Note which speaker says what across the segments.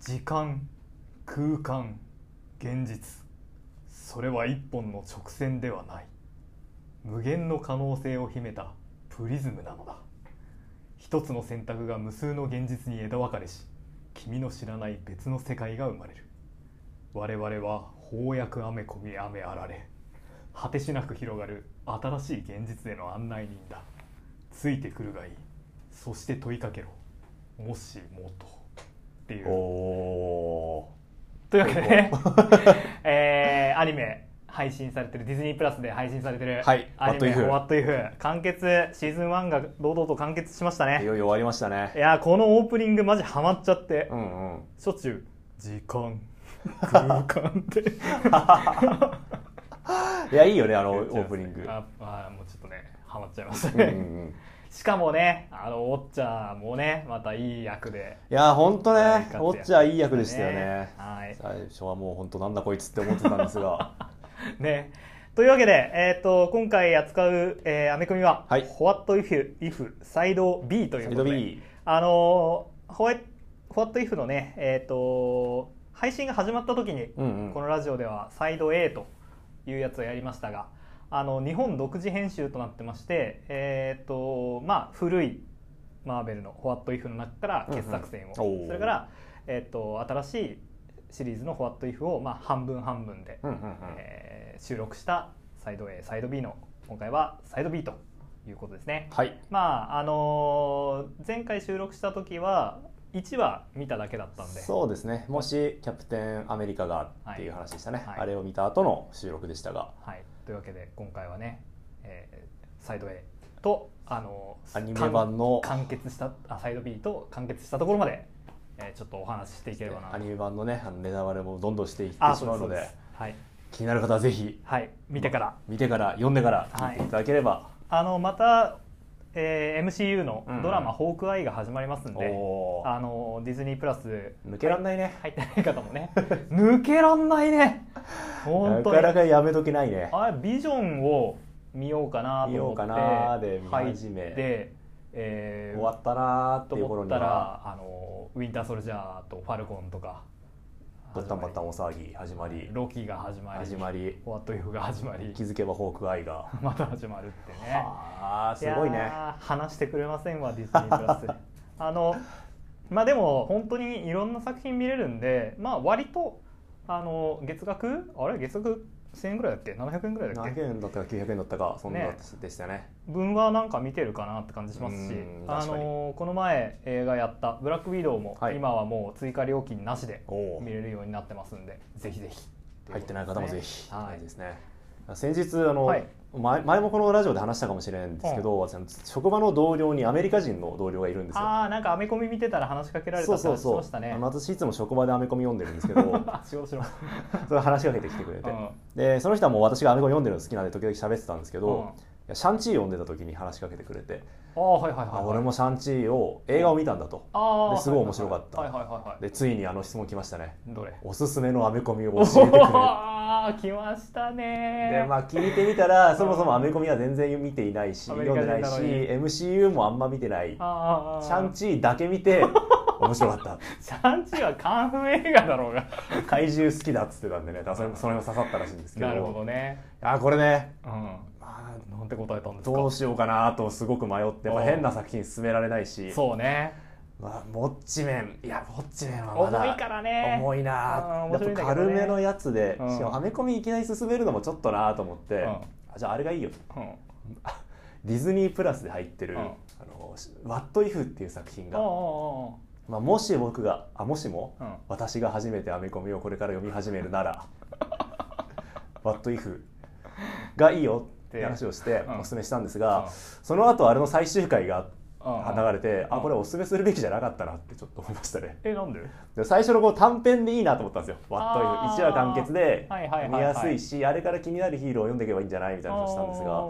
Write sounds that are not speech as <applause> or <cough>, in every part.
Speaker 1: 時間空間現実それは一本の直線ではない無限の可能性を秘めたプリズムなのだ一つの選択が無数の現実に枝分かれし君の知らない別の世界が生まれる我々は翻訳雨込み雨あられ果てしなく広がる新しい現実への案内人だついてくるがいいそして問いかけろもしもとっていう
Speaker 2: おお
Speaker 1: というわけで、 <laughs> えーアニメ配信されてるディズニープラスで配信されてる、
Speaker 2: はい
Speaker 1: アニメ
Speaker 2: What If
Speaker 1: 「What If」完結シーズン1が堂々と完結しました
Speaker 2: ーい
Speaker 1: ね
Speaker 2: よいよ終わりました
Speaker 1: い
Speaker 2: ね
Speaker 1: やーこのオープニングマジハマっちゃって、
Speaker 2: うんうん
Speaker 1: しょっちゅう「時
Speaker 2: <laughs>
Speaker 1: 間空間」って
Speaker 2: いやいいよねあの
Speaker 1: 言っ
Speaker 2: オ
Speaker 1: ちゃいますね
Speaker 2: ープニング
Speaker 1: ああーもうちょっとねハマっちゃいました
Speaker 2: うん
Speaker 1: ね、
Speaker 2: うんうん
Speaker 1: <laughs> しかもねあのオッチャーもねまたいい役で
Speaker 2: いやーほん
Speaker 1: <laughs>
Speaker 2: と
Speaker 1: 大
Speaker 2: ね
Speaker 1: 活躍
Speaker 2: おっちゃんいい役でしたよね
Speaker 1: はい
Speaker 2: 最初はもうほんとなんだこいつって思ってたんです
Speaker 1: <laughs>
Speaker 2: が
Speaker 1: ね。というわけで、えっ、と、今回扱う、えーアメコミは、
Speaker 2: はい
Speaker 1: ホワットイフ、イフ、サイド B という
Speaker 2: サイ
Speaker 1: こと
Speaker 2: ド
Speaker 1: で、
Speaker 2: B
Speaker 1: あのーホワイホワットイフのね、えっ、と、配信が始まった時に、
Speaker 2: うんうん
Speaker 1: このラジオではサイド A というやつをやりましたが、あの、日本独自編集となってまして、えっ、と、まあ、古いマーベルのホワットイフの中から傑作選を、
Speaker 2: うんうんおー
Speaker 1: それから、えっ、と、新しいシリーズのホワットイフを、まあ、半分半分で、
Speaker 2: うんうんうん
Speaker 1: えー収録したサイド A サイド B の今回はサイド B ということですね
Speaker 2: はい
Speaker 1: まああのー前回収録した時は1話見ただけだったんで
Speaker 2: そうですねもしキャプテンアメリカがっていう話でしたね、
Speaker 1: はいはい
Speaker 2: あれを見た後の収録でしたが
Speaker 1: はい、というわけで今回はね、えーサイド A と、あのー
Speaker 2: アニメ版の
Speaker 1: 完完結したあサイド B と完結したところまで、えーちょっとお話ししていければな
Speaker 2: アニメ版のねあのネタバレもどんどんしていってし
Speaker 1: あ
Speaker 2: ま
Speaker 1: そうで
Speaker 2: う
Speaker 1: すそ
Speaker 2: の
Speaker 1: う
Speaker 2: で
Speaker 1: ですはい、
Speaker 2: 気になる方はぜひ
Speaker 1: はい、見てから
Speaker 2: 見てから読んでから
Speaker 1: は
Speaker 2: 聞
Speaker 1: い
Speaker 2: いていただければ、
Speaker 1: あのまた、えー MCU のドラマ
Speaker 2: う
Speaker 1: 「ホークアイ」が始まりますんで、
Speaker 2: おー
Speaker 1: あのディズニープラス
Speaker 2: 抜けらんないね、
Speaker 1: 入ってない方もね <laughs> 抜けらんないね本当
Speaker 2: なかな
Speaker 1: に
Speaker 2: かやめとけないね
Speaker 1: あビジョンを見ようかな
Speaker 2: 見
Speaker 1: と
Speaker 2: よ
Speaker 1: 思
Speaker 2: う
Speaker 1: って
Speaker 2: かなーで見
Speaker 1: 入っ
Speaker 2: 始め
Speaker 1: て、えー
Speaker 2: 終わったなーって
Speaker 1: と
Speaker 2: いう頃
Speaker 1: 思っ
Speaker 2: に
Speaker 1: た
Speaker 2: は
Speaker 1: らあのウィンターソルジャーとファルコンとか
Speaker 2: ドッタンバッタンお騒ぎ始まり
Speaker 1: ロキが始まり
Speaker 2: 始まり
Speaker 1: ホワットイフが始まり <laughs>
Speaker 2: 気づけばホークアイが
Speaker 1: また始まるってね。
Speaker 2: あーすごいね
Speaker 1: やー話してくれませんわディズニープラス
Speaker 2: <laughs>
Speaker 1: あのまあでも本当にいろんな作品見れるんでまあ割とあの月額あれ月額1000円ぐらいだっけ700円ぐらいだっけ
Speaker 2: 何円だったか900円だったかそんな
Speaker 1: ね
Speaker 2: でしたね
Speaker 1: 分はなんか見てるかなって感じしますし
Speaker 2: うん
Speaker 1: あ
Speaker 2: 確かに
Speaker 1: のこの前映画やった「ブラックウィドウ」も
Speaker 2: はい
Speaker 1: 今はもう追加料金なしで
Speaker 2: おお
Speaker 1: 見れるようになってますんで、ぜひぜひ
Speaker 2: 入ってない方もぜひ、
Speaker 1: はい
Speaker 2: はい、ですね先日あの、
Speaker 1: はい
Speaker 2: 前前もこのラジオで話したかもしれないんですけど、私あの職場の同僚にアメリカ人の同僚がいるんですよ
Speaker 1: ああなんかアメコミ見てたら話しかけられた
Speaker 2: そう
Speaker 1: って
Speaker 2: そう
Speaker 1: 話し
Speaker 2: そ
Speaker 1: ました
Speaker 2: う、
Speaker 1: ね
Speaker 2: あの私いつも職場でアメコミ読んでるん <laughs> ですけど
Speaker 1: <laughs> あしろしろ
Speaker 2: それ話しかけてきてくれて、
Speaker 1: うん
Speaker 2: でその人はもう私がアメコミ読んでるの好きなんで時々喋ってたんですけど、
Speaker 1: うん
Speaker 2: いやシャンチー読んでた時に話しかけてくれて、
Speaker 1: ああはいはいはい、
Speaker 2: あ
Speaker 1: はい、
Speaker 2: 俺もシャンチーを映画を見たんだと、
Speaker 1: あー
Speaker 2: ですごい面白かった
Speaker 1: はいはいはいはいはい
Speaker 2: でついにあの質問来ましたね
Speaker 1: どれ
Speaker 2: おすすめのアメコミを
Speaker 1: お
Speaker 2: 教え
Speaker 1: <laughs>
Speaker 2: てくれ
Speaker 1: ー来ましたね
Speaker 2: <laughs> でまあ聞いてみたらそもそもアメコミは全然見ていないし
Speaker 1: ア
Speaker 2: 読
Speaker 1: メ
Speaker 2: ん
Speaker 1: リカ
Speaker 2: で
Speaker 1: 人な
Speaker 2: ないし
Speaker 1: のに
Speaker 2: MCU もあんま見てない
Speaker 1: あー
Speaker 2: シャンチーだけ
Speaker 1: <laughs>
Speaker 2: 見て面白かっ
Speaker 1: シャンチーはカンフー映画だろうが
Speaker 2: た怪獣好きだっつってたんでねだからそれ <laughs> もそれも刺さったらしいんですけど
Speaker 1: なるほどね
Speaker 2: あこれね、
Speaker 1: うん
Speaker 2: まあ
Speaker 1: なんて答えたんですか
Speaker 2: どうしようかなとすごく迷ってやっぱ変な作品進められないし、
Speaker 1: そうね
Speaker 2: まあ、モッチメンいやモッチメンはまだ
Speaker 1: 重いからね
Speaker 2: 重いな
Speaker 1: うん面白いんだけどね
Speaker 2: やっぱ軽めのやつで、
Speaker 1: うん
Speaker 2: しかもアメコミいきなり進めるのもちょっとなと思って、
Speaker 1: うん
Speaker 2: あじゃああれがいいよ
Speaker 1: うん
Speaker 2: ディズニープラスで入ってる
Speaker 1: うん
Speaker 2: 「あのワット・イフ」っていう作品
Speaker 1: あーあ
Speaker 2: が、まあ、もし僕があもしも、
Speaker 1: うん
Speaker 2: 私が初めてアメコミをこれから読み始めるな
Speaker 1: <laughs>
Speaker 2: ら「ワット・イフ」がいいよって話をして
Speaker 1: うん
Speaker 2: おすすめしたんです
Speaker 1: う
Speaker 2: が、
Speaker 1: ん
Speaker 2: その後あれの最終回が
Speaker 1: あー
Speaker 2: 流れて、
Speaker 1: うん
Speaker 2: あこれおすすめするべきじゃなかったなってちょっと思いましたね。
Speaker 1: えなんで
Speaker 2: で最初のこう短編でいいなと思ったんですよ「ワット・イフ」
Speaker 1: あー
Speaker 2: 1話完結で
Speaker 1: はいはいはいはい
Speaker 2: 見やすいしあれから気になるヒーローを読んでいけばいいんじゃないみたいな話をしたんですが。
Speaker 1: あ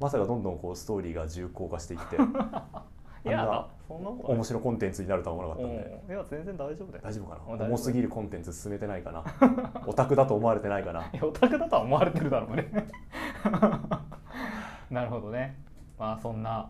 Speaker 2: まさかどんどんこうストーリーが重厚化していって
Speaker 1: <laughs> ーいや
Speaker 2: あんな
Speaker 1: だそんなこと
Speaker 2: 面白いコンテンツになるとは思わなかったんで
Speaker 1: うんいや全然大丈夫だよ
Speaker 2: 大丈夫
Speaker 1: あ大
Speaker 2: か
Speaker 1: 丈夫
Speaker 2: な重すぎるコンテンツ進めてない
Speaker 1: <laughs>
Speaker 2: かなオタクだと思われてないかない
Speaker 1: や <laughs> オタクだとは思われてるだ <laughs> ろうねなるほどねまあそんな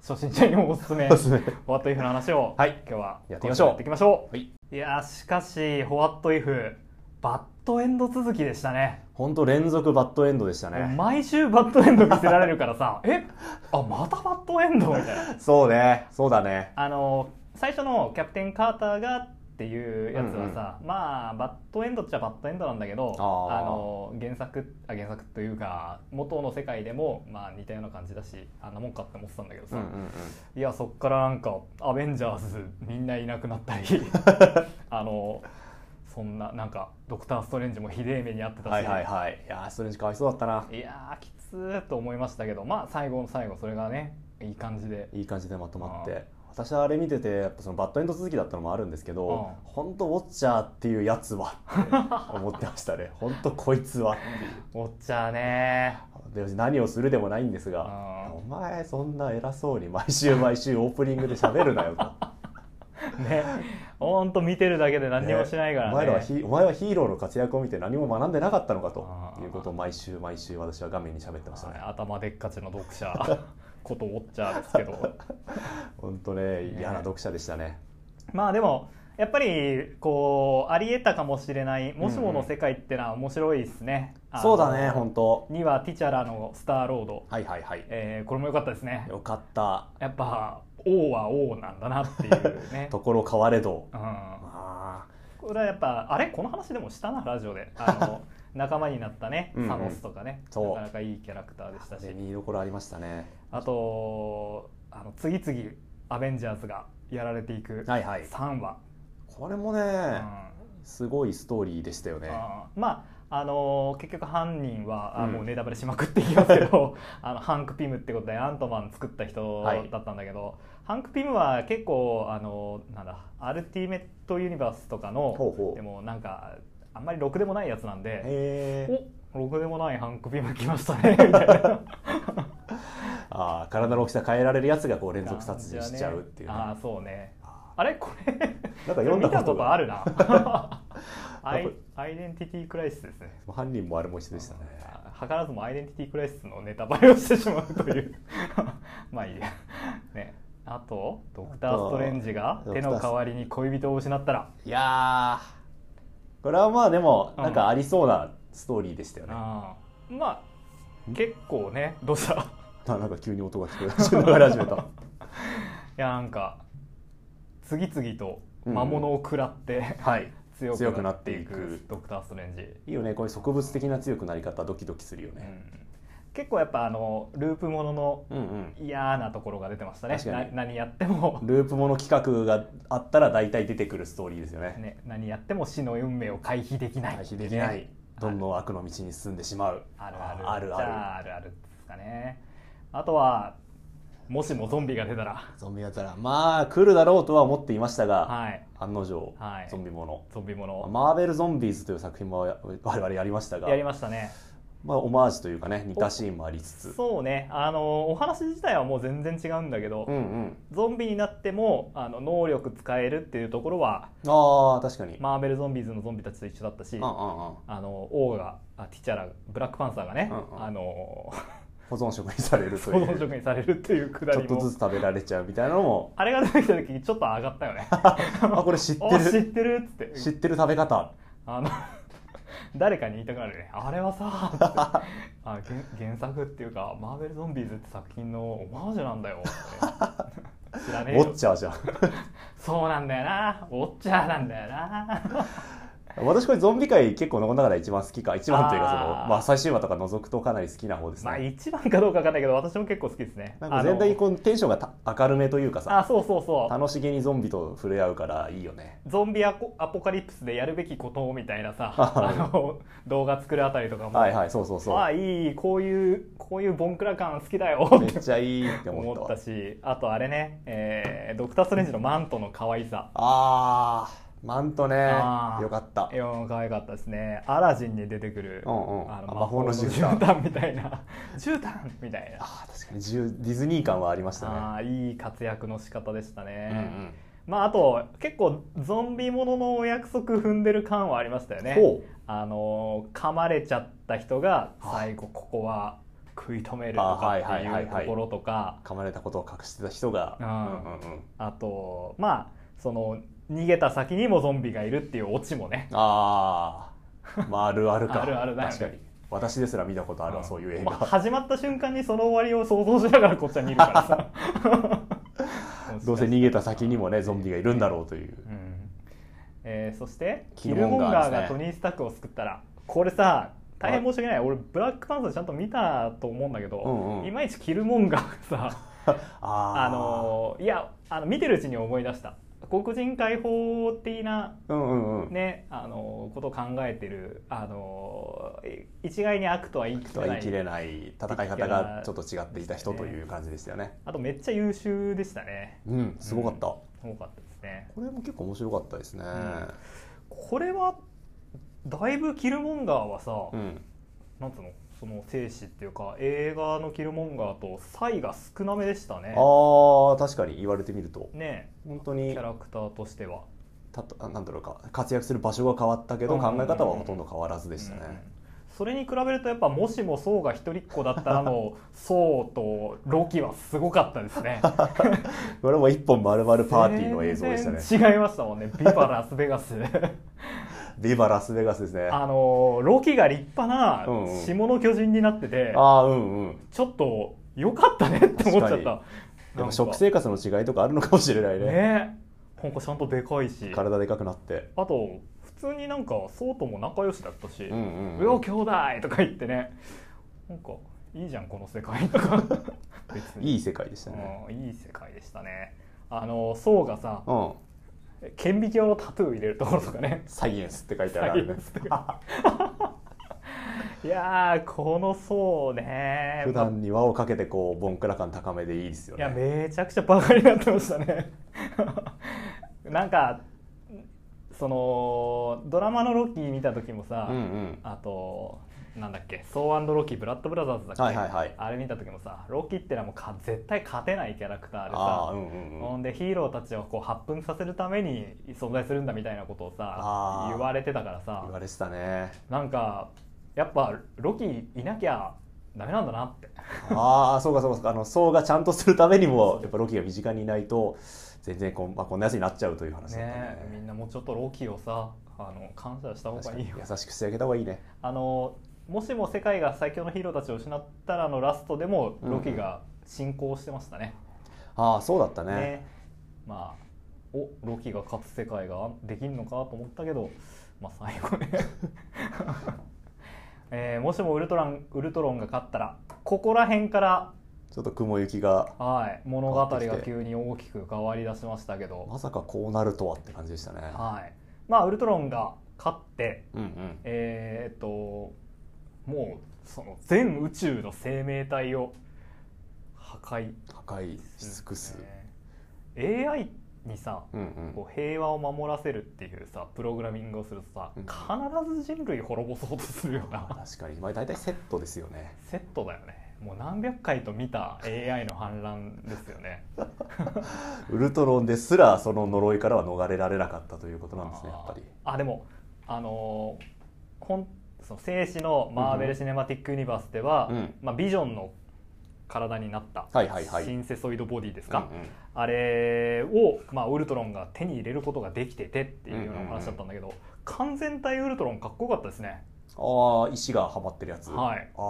Speaker 1: 初心者にもおすすめ
Speaker 2: そうですね
Speaker 1: What if の話を、
Speaker 2: はい
Speaker 1: 今日は
Speaker 2: やっていきましょう
Speaker 1: やっていきましょう、
Speaker 2: はい
Speaker 1: いやーしかし What if バッドエンド続きでしたね
Speaker 2: 本当連続バッドエンドでした
Speaker 1: もう
Speaker 2: ね
Speaker 1: 毎週バッドエンド見せられるからさえあまたバッドエンドみたいな
Speaker 2: そうねそうだね
Speaker 1: あの最初の「キャプテン・カーターが」っていうやつはさ、まあバッドエンドっちゃバッドエンドなんだけど
Speaker 2: あー
Speaker 1: の原作あ原作というか元の世界でも、まあ、似たような感じだしあんなもんかって思ってたんだけど
Speaker 2: う
Speaker 1: さ、
Speaker 2: んうんうん
Speaker 1: いやそっからなんかアベンジャーズみんないなくなった
Speaker 2: <laughs>
Speaker 1: りあのそんななんかドクター・ストレンジもひでえ目にあってたし、、
Speaker 2: はいはいはいいやーストレンジかわいそうだったない
Speaker 1: やーきつーと思いましたけどまあ最後の最後それがねいい感じで
Speaker 2: いい感じでまとまっ
Speaker 1: あ
Speaker 2: て私はあれ見ててやっぱそのバッドエンド続きだったのもあるんですけど
Speaker 1: う
Speaker 2: 本当ウォッチャーっていうやつはって思ってました
Speaker 1: <laughs>
Speaker 2: ね本当こいつはっていう
Speaker 1: おっちゃーね
Speaker 2: で何をするでもないんですが
Speaker 1: うん
Speaker 2: お前そんな偉そうに毎週毎週オープニングで喋るなよと
Speaker 1: ーねほんと見てるだけで <laughs> 何にもしないからね
Speaker 2: お前らはヒお前はヒーローの活躍を見て何も学んでなかったのか
Speaker 1: あ
Speaker 2: と
Speaker 1: ー
Speaker 2: いうことを毎週毎週私は画面に喋ってました
Speaker 1: はい
Speaker 2: ね
Speaker 1: 頭でっかちの読者 <laughs> ことウォッチャーですけど <laughs>
Speaker 2: 本当ね
Speaker 1: ね
Speaker 2: 嫌な読者でしたね
Speaker 1: まあでもやっぱりこうあり得たかもしれないもしもの世界ってのは面白いですね、
Speaker 2: そうだね
Speaker 1: 本
Speaker 2: 本当
Speaker 1: にはティチャラの「スターロード
Speaker 2: はいはいはい」
Speaker 1: えーこれも良かったですね
Speaker 2: よかった
Speaker 1: やっぱ王は王なんだなっていうね
Speaker 2: <laughs> と、ころ変われど
Speaker 1: うん、
Speaker 2: あ
Speaker 1: これはやっぱあれこの話でもしたなラジオであの <laughs> 仲間になったね
Speaker 2: うんうん
Speaker 1: サノスとかね、
Speaker 2: そう
Speaker 1: なかなかいいキャラクターでしたし
Speaker 2: ー見どころありましたね
Speaker 1: あとあの次々アベンジャーズがやられていく
Speaker 2: はいはい
Speaker 1: 3話、
Speaker 2: これもね、
Speaker 1: うん
Speaker 2: すごいストーリーでしたよね
Speaker 1: あーまああのー結局犯人は、あ
Speaker 2: うん
Speaker 1: もうネタバレしまくっていきますけど <laughs> あのハンク・ピムってことでアントマン作った人
Speaker 2: はい
Speaker 1: だったんだけど、ハンク・ピムは結構あのーなんだアルティメット・ユニバースとかの
Speaker 2: ほうほう
Speaker 1: でもなんかあんまりろくでもないやつなんで
Speaker 2: へえ
Speaker 1: おろくでもないハンク・ピム来ました
Speaker 2: <laughs>
Speaker 1: ねみたいな
Speaker 2: あー体の大きさ変えられるやつがこう連続殺人しちゃうっていうね、
Speaker 1: ああーそうね
Speaker 2: あ
Speaker 1: あれこれ
Speaker 2: ーなんか読んだ
Speaker 1: 見た
Speaker 2: こと
Speaker 1: こ
Speaker 2: が
Speaker 1: とあるな
Speaker 2: <laughs>
Speaker 1: アイ
Speaker 2: なんか
Speaker 1: アイデンティティ・クライシスですね
Speaker 2: 犯人もあれも一緒でしたね
Speaker 1: 図らずもアイデンティティクライシスのネタバレをしてしまうという <laughs> まあいいや、ね、あとドクター・ストレンジが
Speaker 2: あと
Speaker 1: 手の代わりに恋人を失ったら、
Speaker 2: いやーこれはまあでも
Speaker 1: うん
Speaker 2: なんかありそうなストーリーでしたよね、
Speaker 1: あーまあ結構ねどうしたい
Speaker 2: あ <laughs> なんか急に音が聞こえ始めら始めた
Speaker 1: やなんか次々と
Speaker 2: うん
Speaker 1: 魔物を食らって、
Speaker 2: <laughs> はい
Speaker 1: 強くなってい
Speaker 2: 強くなって
Speaker 1: く
Speaker 2: いく
Speaker 1: ドクター・ストレンジ、
Speaker 2: いいよねこういう植物的な強くなり方ドキドキするよ
Speaker 1: う
Speaker 2: ね、
Speaker 1: ん結構やっぱあのループものの
Speaker 2: うん、うん
Speaker 1: 嫌なところが出てましたね
Speaker 2: 確かに
Speaker 1: な何やっても
Speaker 2: ループもの企画があったら大体出てくるストーリーですよね
Speaker 1: ね、何やっても死の運命を回避できない
Speaker 2: 回避できない
Speaker 1: ね
Speaker 2: どんどん悪の道に進んでしまう
Speaker 1: あるある
Speaker 2: ある
Speaker 1: じゃああるあるですかねあとはもしもゾンビが出たら
Speaker 2: ゾンビだったらまあ来るだろうとは思っていましたが、
Speaker 1: はい
Speaker 2: 案の定、
Speaker 1: はい
Speaker 2: ゾンビもの
Speaker 1: ゾンビもの
Speaker 2: マーベル・ゾンビーズという作品もや我々やりましたが
Speaker 1: やりましたね
Speaker 2: まあ、オマージュというかね似たシーンもありつつ
Speaker 1: そうねあのお話自体はもう全然違うんだけど、
Speaker 2: うんうん
Speaker 1: ゾンビになってもあの能力使えるっていうところは
Speaker 2: ああ確かに、
Speaker 1: マーベルゾンビーズのゾンビたちと一緒だったし、
Speaker 2: うんうんうん
Speaker 1: あの王があティチャラブラックパンサーがね、
Speaker 2: うんうん
Speaker 1: あの
Speaker 2: 保存食にされると
Speaker 1: 想 <laughs>
Speaker 2: いう
Speaker 1: 像職にされるっていうくだ
Speaker 2: ちょ
Speaker 1: り
Speaker 2: っとず
Speaker 1: も
Speaker 2: つ食べられちゃうみたいなのも
Speaker 1: あれが出てきた時にちょっと上がったよね
Speaker 2: あこれ <laughs> 知っ
Speaker 1: お
Speaker 2: て
Speaker 1: 知っ
Speaker 2: る
Speaker 1: てるっつって
Speaker 2: 知ってる食べ方
Speaker 1: あの <laughs> 誰かに言いたくなるねあれはさつって
Speaker 2: <laughs>
Speaker 1: あ原原作っていうかマーベル・ゾンビーズって作品のオマージュなんだよって
Speaker 2: <laughs>
Speaker 1: 知ら
Speaker 2: ウ
Speaker 1: ねえ
Speaker 2: ォッ
Speaker 1: よ
Speaker 2: チャーじゃん
Speaker 1: そうなんだよなウォッチャーなんだよ
Speaker 2: <laughs>
Speaker 1: な
Speaker 2: 私これゾンビ界結構の中で一番好きか一番というかその
Speaker 1: あー
Speaker 2: まあ、最終話とか除くとかなり好きな方ですね、
Speaker 1: まあ一番かどうかわかんないけど私も結構好きですね
Speaker 2: なんか全体に
Speaker 1: こ
Speaker 2: こうテンションがた明るめというか
Speaker 1: あ
Speaker 2: さ
Speaker 1: そうそうそう
Speaker 2: 楽しげにゾンビと触れ合うからいいよね
Speaker 1: ゾンビアポアポカリプスでやるべきことみたいなさ
Speaker 2: <laughs> はい
Speaker 1: あの動画作るあたりとかも、
Speaker 2: はいはいそうそうそ
Speaker 1: ああ
Speaker 2: う
Speaker 1: いいこういうこういうボンクラ感好きだ
Speaker 2: <laughs>
Speaker 1: よ
Speaker 2: め
Speaker 1: っ
Speaker 2: ってちゃいいって思
Speaker 1: 思
Speaker 2: った
Speaker 1: っ
Speaker 2: わ
Speaker 1: たしあとあれね、えードクター・ストレンジのマントの可愛さ
Speaker 2: あーマントね
Speaker 1: あー
Speaker 2: よかった
Speaker 1: いや可愛かったですねアラジンに出てくる、
Speaker 2: うんうん
Speaker 1: あの
Speaker 2: あ
Speaker 1: 魔法の
Speaker 2: 魔法の
Speaker 1: 絨毯
Speaker 2: 絨毯
Speaker 1: みたいな絨毯みたいな
Speaker 2: あー確かに自由ディズニー感はありましたね
Speaker 1: あーいい活躍の仕方でしたね、
Speaker 2: うんうん
Speaker 1: まああと結構ゾンビもののお約束踏んでる感はありましたよね
Speaker 2: ほう
Speaker 1: あのー噛まれちゃった人が最後ここは食い止めるとか
Speaker 2: あは
Speaker 1: って
Speaker 2: いはいはいいうは
Speaker 1: と
Speaker 2: い
Speaker 1: ころとか
Speaker 2: 噛まれたことを隠してた人が、
Speaker 1: うん
Speaker 2: うんうんうん
Speaker 1: あとまあその逃げた先にもゾンビがいるっていうオチもね
Speaker 2: ああ、まあ、あるある
Speaker 1: <laughs>
Speaker 2: か
Speaker 1: あるあるだよね
Speaker 2: 確かに私ですら見たことあるわ、
Speaker 1: ん
Speaker 2: そういう映
Speaker 1: まあ
Speaker 2: 画
Speaker 1: 始まった瞬間にその終わりを想像しながらこっちは見るからさ
Speaker 2: <laughs> どうせ逃げた先にもねゾンビがいるんだろうという
Speaker 1: うんえーそしてキ
Speaker 2: キ
Speaker 1: ル
Speaker 2: ル
Speaker 1: モ
Speaker 2: モ
Speaker 1: ンガ
Speaker 2: ンガ
Speaker 1: ー
Speaker 2: ー
Speaker 1: が
Speaker 2: ですね
Speaker 1: トニー・スタックを救ったらこれさ大変申し訳ない、俺ブラックパンサーちゃんと見たと思うんだけど、
Speaker 2: うんうん
Speaker 1: いまいちキルモンガーがさ
Speaker 2: あー
Speaker 1: あのーいやあの見てるうちに思い出した黒人解放的な、
Speaker 2: うんうんうん
Speaker 1: ねあのーことを考えてる、あのーい一概に悪とは言い切
Speaker 2: と
Speaker 1: れ
Speaker 2: は
Speaker 1: な
Speaker 2: 言い
Speaker 1: い
Speaker 2: 切れない戦い方がちょっと違っていた人という感じでしたよね
Speaker 1: あとめっちゃ優秀でしたね
Speaker 2: うんすごかった、
Speaker 1: すごかったですね
Speaker 2: これも結構面白かったですね
Speaker 1: これはだいぶキルモンガーはさ、
Speaker 2: うん、
Speaker 1: なんつうのその生死っていうか映画のキルモンガーと差異が少なめでしたね
Speaker 2: ああ確かに言われてみると
Speaker 1: ね
Speaker 2: 本当
Speaker 1: キ
Speaker 2: に
Speaker 1: ャラクターとしては
Speaker 2: たとなんだろうか活躍する場所が変わったけ
Speaker 1: う
Speaker 2: ど
Speaker 1: んうんうん
Speaker 2: 考
Speaker 1: うん
Speaker 2: え方はほとんど変わらずでした
Speaker 1: うんうん
Speaker 2: ね、
Speaker 1: それに比べるとやっぱもしもソウが一人っ子だったらのソウとロキはすごかったですね
Speaker 2: これも一本丸々パーティーの映像でしたね
Speaker 1: 全然違いましたもんねビバラスベガ
Speaker 2: <laughs>
Speaker 1: ス
Speaker 2: ビバラスベガスですね
Speaker 1: あのロキが立派な
Speaker 2: うんうん
Speaker 1: 下の巨人になってて、
Speaker 2: あーうんうん
Speaker 1: ちょっと良かったねって思っちゃっ
Speaker 2: 確
Speaker 1: た
Speaker 2: かで
Speaker 1: なん
Speaker 2: も
Speaker 1: か
Speaker 2: 食生活の違いとかあるのかもしれないね
Speaker 1: ねなんかちゃんとでかいし
Speaker 2: 体でかくなって
Speaker 1: あと普通になんかそうとも仲良しだったし「
Speaker 2: う
Speaker 1: うん
Speaker 2: うん、
Speaker 1: お兄弟!」とか言ってねなんかいいじゃんこの世界と
Speaker 2: <laughs>
Speaker 1: か別
Speaker 2: い
Speaker 1: い、
Speaker 2: い世界でしたね
Speaker 1: うんいい世界でしたねあのソウがさ
Speaker 2: うん
Speaker 1: 顕微鏡のタトゥー入れるところとかね
Speaker 2: サイエンスって書いてある
Speaker 1: サイエンスって書いて <laughs> いやーこのソウね
Speaker 2: 普段に輪をかけてこうボンクラ感高めでいいですよ
Speaker 1: いや
Speaker 2: ね
Speaker 1: めちゃくちゃバカになってましたね <laughs> なんかそのドラマのロッキー見た時もさ、
Speaker 2: うんうん
Speaker 1: あとなんだっけソーロキブラッドブラザーズだっけ、
Speaker 2: はいはいはい
Speaker 1: あれ見た時もさロキってのはもうか絶対勝てないキャラクターで
Speaker 2: ああ
Speaker 1: さ
Speaker 2: ーうんうんうん
Speaker 1: ほんでヒーローたちをこう発奮させるために存在するんだみたいなことをさ
Speaker 2: あー
Speaker 1: 言われてたからさ
Speaker 2: 言われてたね
Speaker 1: なんかやっぱロキいなきゃダメなんだなって
Speaker 2: ああそうかそうかそうかあの層がちゃんとするためにもやっぱロキが身近にいないと全然こう、まあ、こんなやつになっちゃうという話だったね
Speaker 1: ねえみんなもうちょっとロキをさあの感謝した方
Speaker 2: 確
Speaker 1: が
Speaker 2: か
Speaker 1: いい
Speaker 2: に
Speaker 1: よ
Speaker 2: 優しくしてあげた方がいいね
Speaker 1: あのもしも世界が最強のヒーローたちを失ったらのラストでもロキが進行してましたね、
Speaker 2: ああそうだったね
Speaker 1: ね、まあおロキが勝つ世界ができるのかと思ったけど、まあ、最
Speaker 2: <laughs>
Speaker 1: 後ね、えーもしもウルトランウルトロンが勝ったらここら辺から、
Speaker 2: ちょっと雲行きが
Speaker 1: はい、物語
Speaker 2: 変わっ
Speaker 1: が
Speaker 2: てきて
Speaker 1: 急に大きく変わりだしましたけど、
Speaker 2: まさかこうなるとはって感じでしたね
Speaker 1: はいまあ、ウルトロンが勝って
Speaker 2: うんうん
Speaker 1: えーっともうその全宇宙の生命体を破壊
Speaker 2: 破壊し
Speaker 1: す
Speaker 2: 尽
Speaker 1: る
Speaker 2: くす、
Speaker 1: んですね AI にさ、
Speaker 2: うんうん
Speaker 1: こう平和を守らせるっていうさプログラミングをするとさ、
Speaker 2: うん
Speaker 1: 必ず人類滅ぼそうとするよ
Speaker 2: まあ
Speaker 1: な <laughs>
Speaker 2: 確かに、まあ、大体セットですよね
Speaker 1: セットだよねもう何百回と見た AI の反乱ですよね
Speaker 2: ウルトロンですらその呪いからは逃れられなかったということなんですねやっぱり
Speaker 1: あでもあのーほんその生死のマーベル・シネマティック・ユニバースでは、
Speaker 2: うん
Speaker 1: まあ、ビジョンの体になった
Speaker 2: はいはいはい
Speaker 1: シンセソイドボディです
Speaker 2: う
Speaker 1: か、
Speaker 2: んうん
Speaker 1: あれを、まあ、ウルトロンが手に入れることができててっていうようなお話だったんだけど、完全体ウルトロンかっこよかったですね
Speaker 2: ああ石がはまってるやつ
Speaker 1: はい
Speaker 2: あ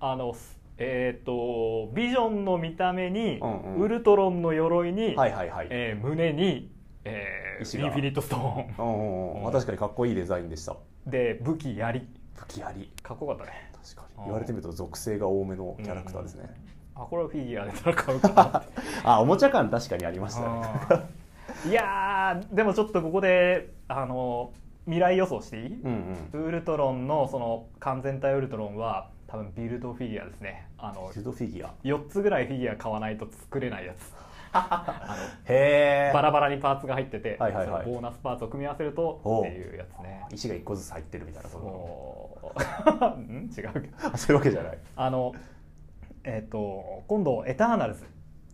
Speaker 2: あ
Speaker 1: あのすえっ、とビジョンの見た目に、
Speaker 2: うんうん
Speaker 1: ウルトロンの鎧に、
Speaker 2: はいはいはい、
Speaker 1: えー胸に、えー
Speaker 2: 石
Speaker 1: イ
Speaker 2: が
Speaker 1: ンフィニットストーン
Speaker 2: うんうんう
Speaker 1: うん
Speaker 2: んまあ、確かにかっこいいデザインでした
Speaker 1: で武器槍
Speaker 2: 武器あり
Speaker 1: かっこよかったね
Speaker 2: 確か
Speaker 1: あー
Speaker 2: に言われてみると属性が多めのキャラクターですね、
Speaker 1: あこれはフィギュアで戦うかなって
Speaker 2: あおもちゃ感確か <laughs> にありましたね
Speaker 1: うんいやーでもちょっとここであの未来予想していい、
Speaker 2: うんうん
Speaker 1: ウルトロンのその完全体ウルトロンは多分ビルドフィギュアですねあの
Speaker 2: フィルドフィギュア
Speaker 1: 4つぐらいフィギュア買わないと作れないやつ
Speaker 2: へえ
Speaker 1: バラバラにパーツが入ってて、
Speaker 2: はいはいはい
Speaker 1: そのボーナスパーツを組み合わせると
Speaker 2: お
Speaker 1: っ
Speaker 2: う
Speaker 1: ていうやつね。
Speaker 2: 石が一個ずつ入ってるみたいなこと
Speaker 1: そう <laughs> ん違うけど
Speaker 2: あそういうわけじゃない
Speaker 1: あのえっ、と今度「エターナルズ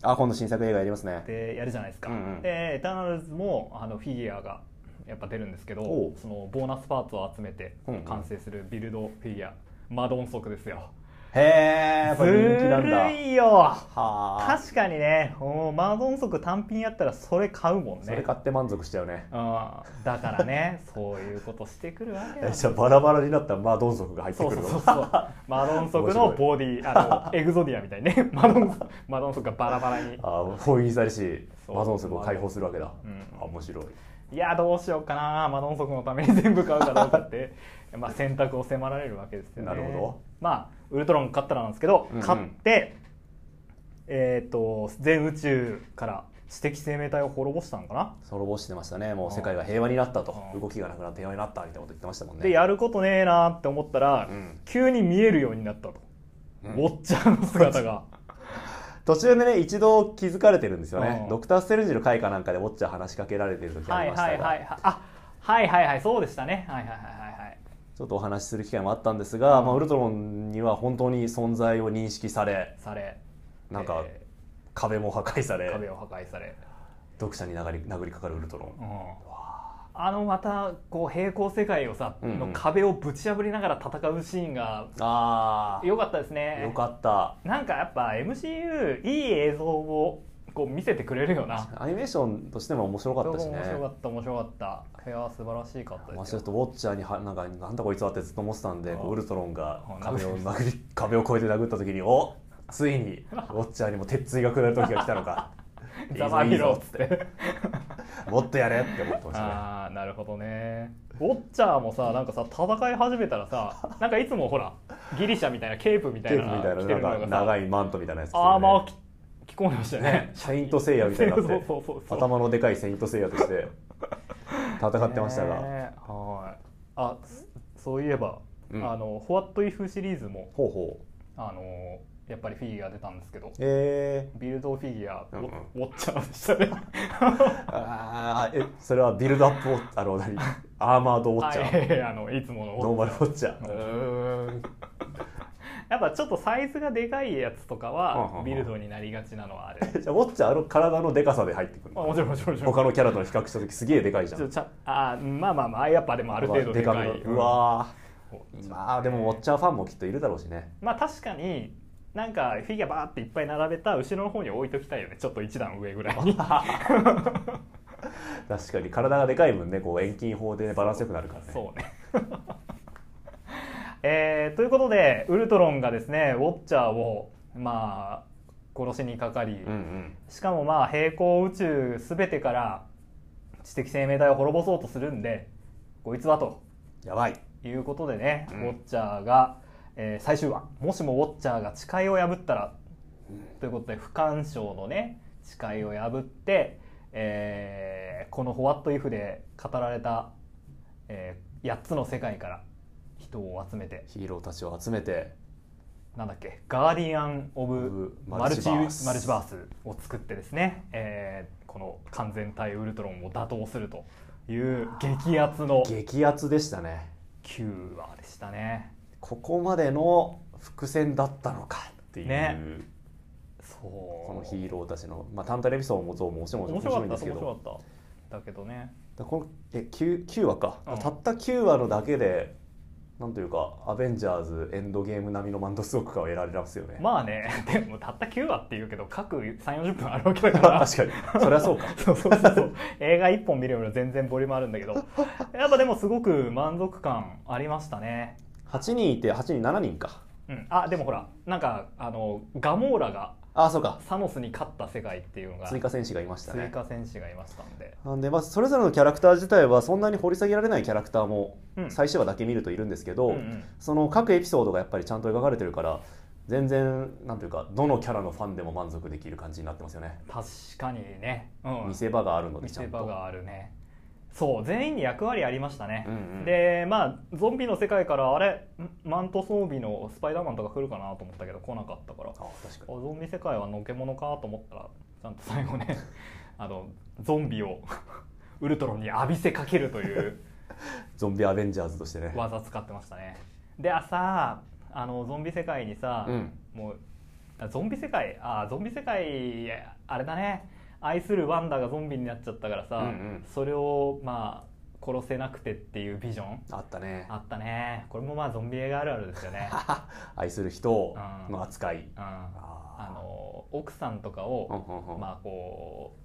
Speaker 2: あ今度新作映画やりますね」
Speaker 1: でやるじゃないですか、
Speaker 2: うんうん
Speaker 1: でエターナルズもあのフィギュアがやっぱ出るんですけど
Speaker 2: おう
Speaker 1: そのボーナスパーツを集めて
Speaker 2: うんうん
Speaker 1: 完成するビルドフィギュア、マドンソクですよ
Speaker 2: へえやっぱ人気なんだ
Speaker 1: ずるいよ
Speaker 2: はあ
Speaker 1: 確かにねもうマーゾン足単品やったらそれ買うもんね
Speaker 2: それ買って満足しちゃうね
Speaker 1: うん、だからねそういうことしてくるわ
Speaker 2: <laughs>
Speaker 1: けだ
Speaker 2: えじゃあバラバラになったマドンソクが入って
Speaker 1: そ
Speaker 2: く
Speaker 1: う
Speaker 2: る
Speaker 1: そ
Speaker 2: の
Speaker 1: うそうそうマロン足のボディあのエグゾディアみたいにねマロンマロン足がバラバラに
Speaker 2: あー封印されし
Speaker 1: そう
Speaker 2: マドンソクを解放するわけだ、
Speaker 1: うん
Speaker 2: あ面白い
Speaker 1: いやどうしようかなマロン足のために全部買うかどうかって <laughs> まあ選択を迫られるわけですよね
Speaker 2: なるほど
Speaker 1: まあウルトロン買ったらなんですけど、
Speaker 2: うんうん
Speaker 1: 買ってえっ、と全宇宙から知的生命体を滅ぼしたのかな
Speaker 2: 滅ぼしてましたねも
Speaker 1: う
Speaker 2: うん世界が平和になったと
Speaker 1: うん
Speaker 2: 動きがなくなって平和になったみたいなこと言ってましたもんね
Speaker 1: でやることねえなって思ったら、
Speaker 2: うん
Speaker 1: 急に見えるようになったと、
Speaker 2: うん
Speaker 1: ウォッチャーの姿
Speaker 2: <laughs>
Speaker 1: が
Speaker 2: 途中でね一度気づかれてるんですよね、
Speaker 1: うん
Speaker 2: ドクター・ステルジの回かなんかでウォッチャー話しかけられてる時あ
Speaker 1: は
Speaker 2: り
Speaker 1: い
Speaker 2: ました
Speaker 1: は
Speaker 2: が、
Speaker 1: いはいはいあはいはいはいそうでしたねはいはいはいはいはい
Speaker 2: ちょっとお話しする機会もあったんですが、まあ、ウルトロンには本当に存在を認識され
Speaker 1: され
Speaker 2: なんか
Speaker 1: え
Speaker 2: 壁も破壊され、
Speaker 1: ー壁を破壊され、
Speaker 2: 読者に殴り殴りかかるウルトロン、
Speaker 1: あのまたこう平行世界をさ、
Speaker 2: うんうん
Speaker 1: の壁をぶち破りながら戦うシーンが
Speaker 2: ああよ
Speaker 1: 良かったですね
Speaker 2: かった
Speaker 1: なんかやっぱ MCU いい映像をこう見せてくれるよな
Speaker 2: アニメーションとしても面白かったし
Speaker 1: そこ面
Speaker 2: ね
Speaker 1: 白かった面白かったいや素晴らしかったで
Speaker 2: 私
Speaker 1: す
Speaker 2: ちょ
Speaker 1: よ
Speaker 2: っとウォッチャーにはなんかなんだこいつはってずっと思ってたんで
Speaker 1: うん
Speaker 2: こうウルトロンが
Speaker 1: うん
Speaker 2: 壁を殴り壁を越えて殴った時におついにウォッチャーにも鉄槌が下る時が来たのかいい
Speaker 1: ざ
Speaker 2: ぞ
Speaker 1: まみろ
Speaker 2: いい
Speaker 1: っ
Speaker 2: ぞ
Speaker 1: つって
Speaker 2: もっとやれって思ってましたね
Speaker 1: ああなるほどねウォッチャーもさなんかさ戦い始めたらさなんかいつもほらギリシャみたいなケープみた
Speaker 2: ケ
Speaker 1: い
Speaker 2: ー
Speaker 1: な
Speaker 2: プ
Speaker 1: の
Speaker 2: みたい
Speaker 1: 着てる
Speaker 2: な
Speaker 1: の
Speaker 2: なんか
Speaker 1: がさ
Speaker 2: 長いマントみたいなやつ着てるね
Speaker 1: アーマーを着着込んでましたよね
Speaker 2: ねシャイントセイヤみたいになっ
Speaker 1: そう
Speaker 2: て
Speaker 1: そうそうそう
Speaker 2: 頭のでかいセイントセイヤとして戦ってましたが
Speaker 1: ねえはいあすそういえば、
Speaker 2: うん
Speaker 1: あの「ホワットイフシリーズも
Speaker 2: ほうほう
Speaker 1: あのやっぱりフィギュア出たんですけど
Speaker 2: え
Speaker 1: ビルドフィギュア、
Speaker 2: うんうん
Speaker 1: ウォッチャーでしたね
Speaker 2: ー、あーえそれはビルドアップウォッあの何アーマードウォッチャー、
Speaker 1: はいあのいつものウォッチャー
Speaker 2: ノーマルウォッチャー
Speaker 1: やっぱちょっとサイズがでかいやつとか
Speaker 2: うんうんう
Speaker 1: は
Speaker 2: ん
Speaker 1: ビルドになりがちなのはあれ
Speaker 2: <laughs> じゃあウォッチャーあの体のでかさで入ってくる
Speaker 1: あもちろんもちろんもちろん
Speaker 2: 他のキャラと比較した時すげえでかいじゃ
Speaker 1: ちょ
Speaker 2: ん
Speaker 1: ちゃあーまあまあまあやっぱでもある程度でかい
Speaker 2: めのうわ
Speaker 1: うん
Speaker 2: ーまあでもウォッチャーファンもきっといるだろうしね
Speaker 1: まあ確かになんかフィギュアバーっていっぱい並べた後ろの方に置いときたいよねちょっと一段上ぐらい
Speaker 2: <laughs>
Speaker 1: に
Speaker 2: 確かに体がでかい分ねこう遠近法でね、バランスよくなるからね
Speaker 1: そうね <laughs> えーということでウルトロンがですねウォッチャーをまあ殺しにかかり、
Speaker 2: うんうん
Speaker 1: しかもまあ平行宇宙全てから知的生命体を滅ぼそうとするんでこいつはと
Speaker 2: やばい
Speaker 1: いうことでね、
Speaker 2: うん
Speaker 1: ウォッチャーが、えー最終話もしもウォッチャーが誓いを破ったらということで不干渉のね誓いを破って、えーこの「ホワットイフで語られた、え8つの世界から人を集めて
Speaker 2: ヒーローたちを集めて
Speaker 1: なんだっけガーディアン・オブ・マ
Speaker 2: マ
Speaker 1: ル
Speaker 2: ル
Speaker 1: チ
Speaker 2: チ
Speaker 1: マル
Speaker 2: バー
Speaker 1: チ
Speaker 2: ス
Speaker 1: バースを作ってですね、えーこの完全体ウルトロンを打倒するという激アツの
Speaker 2: 激アツでしたね
Speaker 1: 9話でしたね。
Speaker 2: ここまでの伏線だったのかっていう、
Speaker 1: ねそう
Speaker 2: このヒーローたちの、まあ、単体のエピソードもそうもちろん
Speaker 1: 面
Speaker 2: 面
Speaker 1: 白か
Speaker 2: 白
Speaker 1: った
Speaker 2: いんですけ
Speaker 1: 面
Speaker 2: ど
Speaker 1: 白かっただけどね
Speaker 2: だからこのえ 9, 9話か、
Speaker 1: うん
Speaker 2: たった9話のだけでなんというか「アベンジャーズエンドゲーム」並みの満足感を得られますよね、
Speaker 1: まあね <laughs> でもたった9話っていうけど各3 4 0分あるわけだから
Speaker 2: <laughs> <laughs> 確かにそりゃそうか
Speaker 1: <laughs> そうそうそうそう映画1本見るよりは全然ボリュームあるんだけどやっぱでもすごく満足感ありましたね
Speaker 2: 8人いて8人7人か
Speaker 1: うん、あでもほらなんかあのガモーラが
Speaker 2: ああそうか
Speaker 1: サノスに勝った世界っていうのが
Speaker 2: 追加戦士がいました
Speaker 1: 追
Speaker 2: ね
Speaker 1: 加戦士がいましたんで
Speaker 2: なんでまあ、それぞれのキャラクター自体はそんなに掘り下げられないキャラクターも
Speaker 1: うん
Speaker 2: 最終話だけ見るといるんですけど、
Speaker 1: うんうん
Speaker 2: その各エピソードがやっぱりちゃんと描かれてるから全然なんというかどのキャラのファンでも満足できる感じになってますよね、
Speaker 1: 確かにね、うん、
Speaker 2: 見せ場があるので
Speaker 1: 見
Speaker 2: ちゃ
Speaker 1: せ
Speaker 2: ん
Speaker 1: 場
Speaker 2: と
Speaker 1: があるねそう全員に役割ありましたね、
Speaker 2: うんうん
Speaker 1: でまあゾンビの世界からあれんマント装備のスパイダーマンとか来るかなと思ったけど来なかったからあ
Speaker 2: あ確かに
Speaker 1: ゾンビ世界はのけものかと思ったらちゃんと最後ね <laughs> あのゾンビを <laughs> ウルトロンに浴びせかけるという
Speaker 2: ゾンビアベンジャーズとしてね
Speaker 1: 技使ってましたねで朝あのゾンビ世界にさ、
Speaker 2: うん
Speaker 1: もうあゾンビ世界あゾンビ世界あれだね愛するワンダがゾンビになっちゃったからさ、
Speaker 2: うんうん
Speaker 1: それをまあ殺せなくてっていうビジョン
Speaker 2: あったね
Speaker 1: あったねこれもまあゾンビ映画あるあるですよ
Speaker 2: <laughs>
Speaker 1: ね、
Speaker 2: 愛する人の扱
Speaker 1: う
Speaker 2: い
Speaker 1: ん、あ
Speaker 2: あ
Speaker 1: の奥さんとか
Speaker 2: ーうん
Speaker 1: を、
Speaker 2: うんうん
Speaker 1: まあこ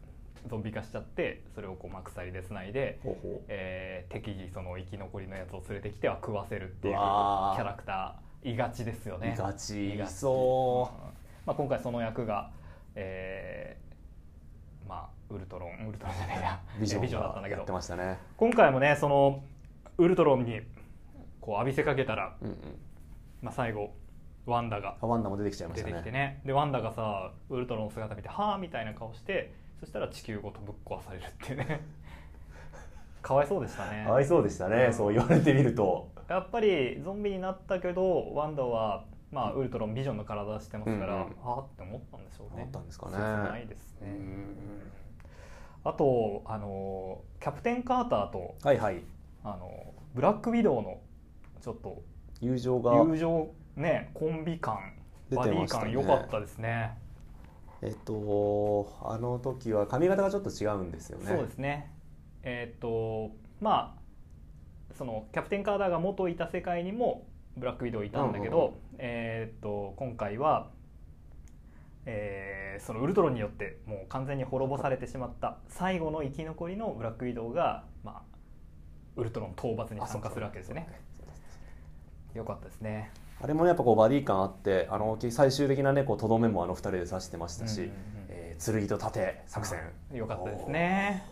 Speaker 1: うゾンビ化しちゃってそれをこうまあ鎖でつないで、
Speaker 2: ほうほう
Speaker 1: えー適宜その生き残りのやつを連れてきては食わせるっていうキ
Speaker 2: うわー
Speaker 1: ャラクターいがちですよね
Speaker 2: いがち
Speaker 1: い
Speaker 2: い
Speaker 1: がち
Speaker 2: そ
Speaker 1: うんまあ、今回その役が、えーまあウルトロンウルトロンじゃないや
Speaker 2: うビジョ
Speaker 1: えー
Speaker 2: ン
Speaker 1: だったん
Speaker 2: が
Speaker 1: だけ
Speaker 2: やって
Speaker 1: ど
Speaker 2: ましたね
Speaker 1: 今回もねそのウルトロンにこう浴びせかけたら、
Speaker 2: うんうん
Speaker 1: まあ、最後ワンダが
Speaker 2: あワンダも出てきちゃいま
Speaker 1: 出
Speaker 2: してた
Speaker 1: きて
Speaker 2: ね
Speaker 1: ねでワンダがさウルトロンの姿見て「はあ」みたいな顔してそしたら地球ごとぶっ壊されるっていうね <laughs> かわいそうでしたね
Speaker 2: かわいそうでした
Speaker 1: う
Speaker 2: ね
Speaker 1: ん
Speaker 2: そう言われてみると
Speaker 1: やっぱりゾンビになったけどワンダは、まあ、ウルトロンビジョンの体してますから、
Speaker 2: うんうん
Speaker 1: ああって思ったんでしょうね
Speaker 2: 思ったんですかね
Speaker 1: 切ないです
Speaker 2: う
Speaker 1: ね、
Speaker 2: ん
Speaker 1: あとあのキャプテン・カーターと
Speaker 2: はいはい
Speaker 1: あのブラック・ウィドウのちょっと
Speaker 2: 友情が
Speaker 1: 友情ねコンビ感
Speaker 2: 出
Speaker 1: バ
Speaker 2: て
Speaker 1: デ
Speaker 2: ま
Speaker 1: ィ
Speaker 2: した
Speaker 1: 感
Speaker 2: ね
Speaker 1: 良かったですね
Speaker 2: えっとあの時は髪型がちょっと違うんですよね
Speaker 1: そうですねえーっとまあそのキャプテン・カーターが元いた世界にもブラック・ウィドウいたんだけど、
Speaker 2: うんうんうん
Speaker 1: えーっと今回は、えーそのウルトロンによってもう完全に滅ぼされてしまった最後の生き残りのブラック・ウィドウが、まあ、ウルトロン討伐に
Speaker 2: あそ
Speaker 1: 参
Speaker 2: うか
Speaker 1: 加するわけですよね
Speaker 2: そうだそうだ
Speaker 1: 良かったですね
Speaker 2: あれもやっぱこうバディ感あってあの最終的なねこうとどめもあの二人で刺してましたし、
Speaker 1: うんうんうん
Speaker 2: えー剣と盾作戦
Speaker 1: 良かったですね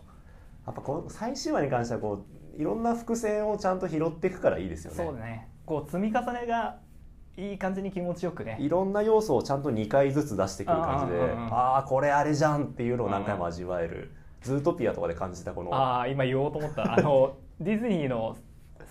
Speaker 2: おーやっぱこの最終話に関してはこういろんな伏線をちゃんと拾っていくからいいですよね
Speaker 1: そうだねこう積み重ねがいい感じに気持ちよくね
Speaker 2: いろんな要素をちゃんと2回ずつ出してくる感じで
Speaker 1: あーうんうんうん
Speaker 2: ああーこれあれじゃんっていうのを何回も味わえるズートピアとかで感じたこの
Speaker 1: ああ今言おうと思
Speaker 2: <laughs>
Speaker 1: ったあのディズニーの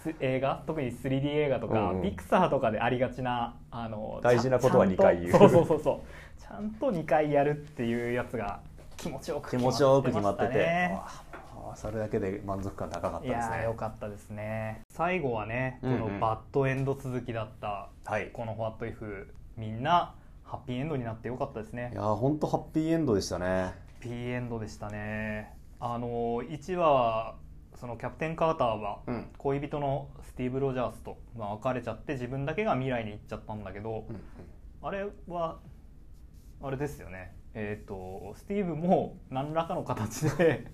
Speaker 1: す映画特に 3D 映画とか、
Speaker 2: うんうん
Speaker 1: ピクサーとかでありがちなあの
Speaker 2: 大事なことは
Speaker 1: ちゃん
Speaker 2: 二回言う
Speaker 1: ちゃんとそうそうそうそうちゃんと2回やるっていうやつが気持ちよく
Speaker 2: 気持ちよく決まって
Speaker 1: 決ました
Speaker 2: て
Speaker 1: ね
Speaker 2: あーそれだけで満足感高かった
Speaker 1: い
Speaker 2: で
Speaker 1: や
Speaker 2: す
Speaker 1: ー
Speaker 2: ね
Speaker 1: よかったですね最後はねこ
Speaker 2: うんう
Speaker 1: の
Speaker 2: ん
Speaker 1: バッドエンド続きだった、
Speaker 2: はい
Speaker 1: この「What If」みんなハッピーエンドになってよかったですね
Speaker 2: いやーほんとハッピーエンドでしたね
Speaker 1: P エンドでしたねあの1話はそのキャプテン・カーターは
Speaker 2: うん
Speaker 1: 恋人のスティーブ・ロジャースと、まあ、別れちゃって自分だけが未来に行っちゃったんだけど、
Speaker 2: うんうん
Speaker 1: あれはあれですよねえっ、とスティーブも何らかの形で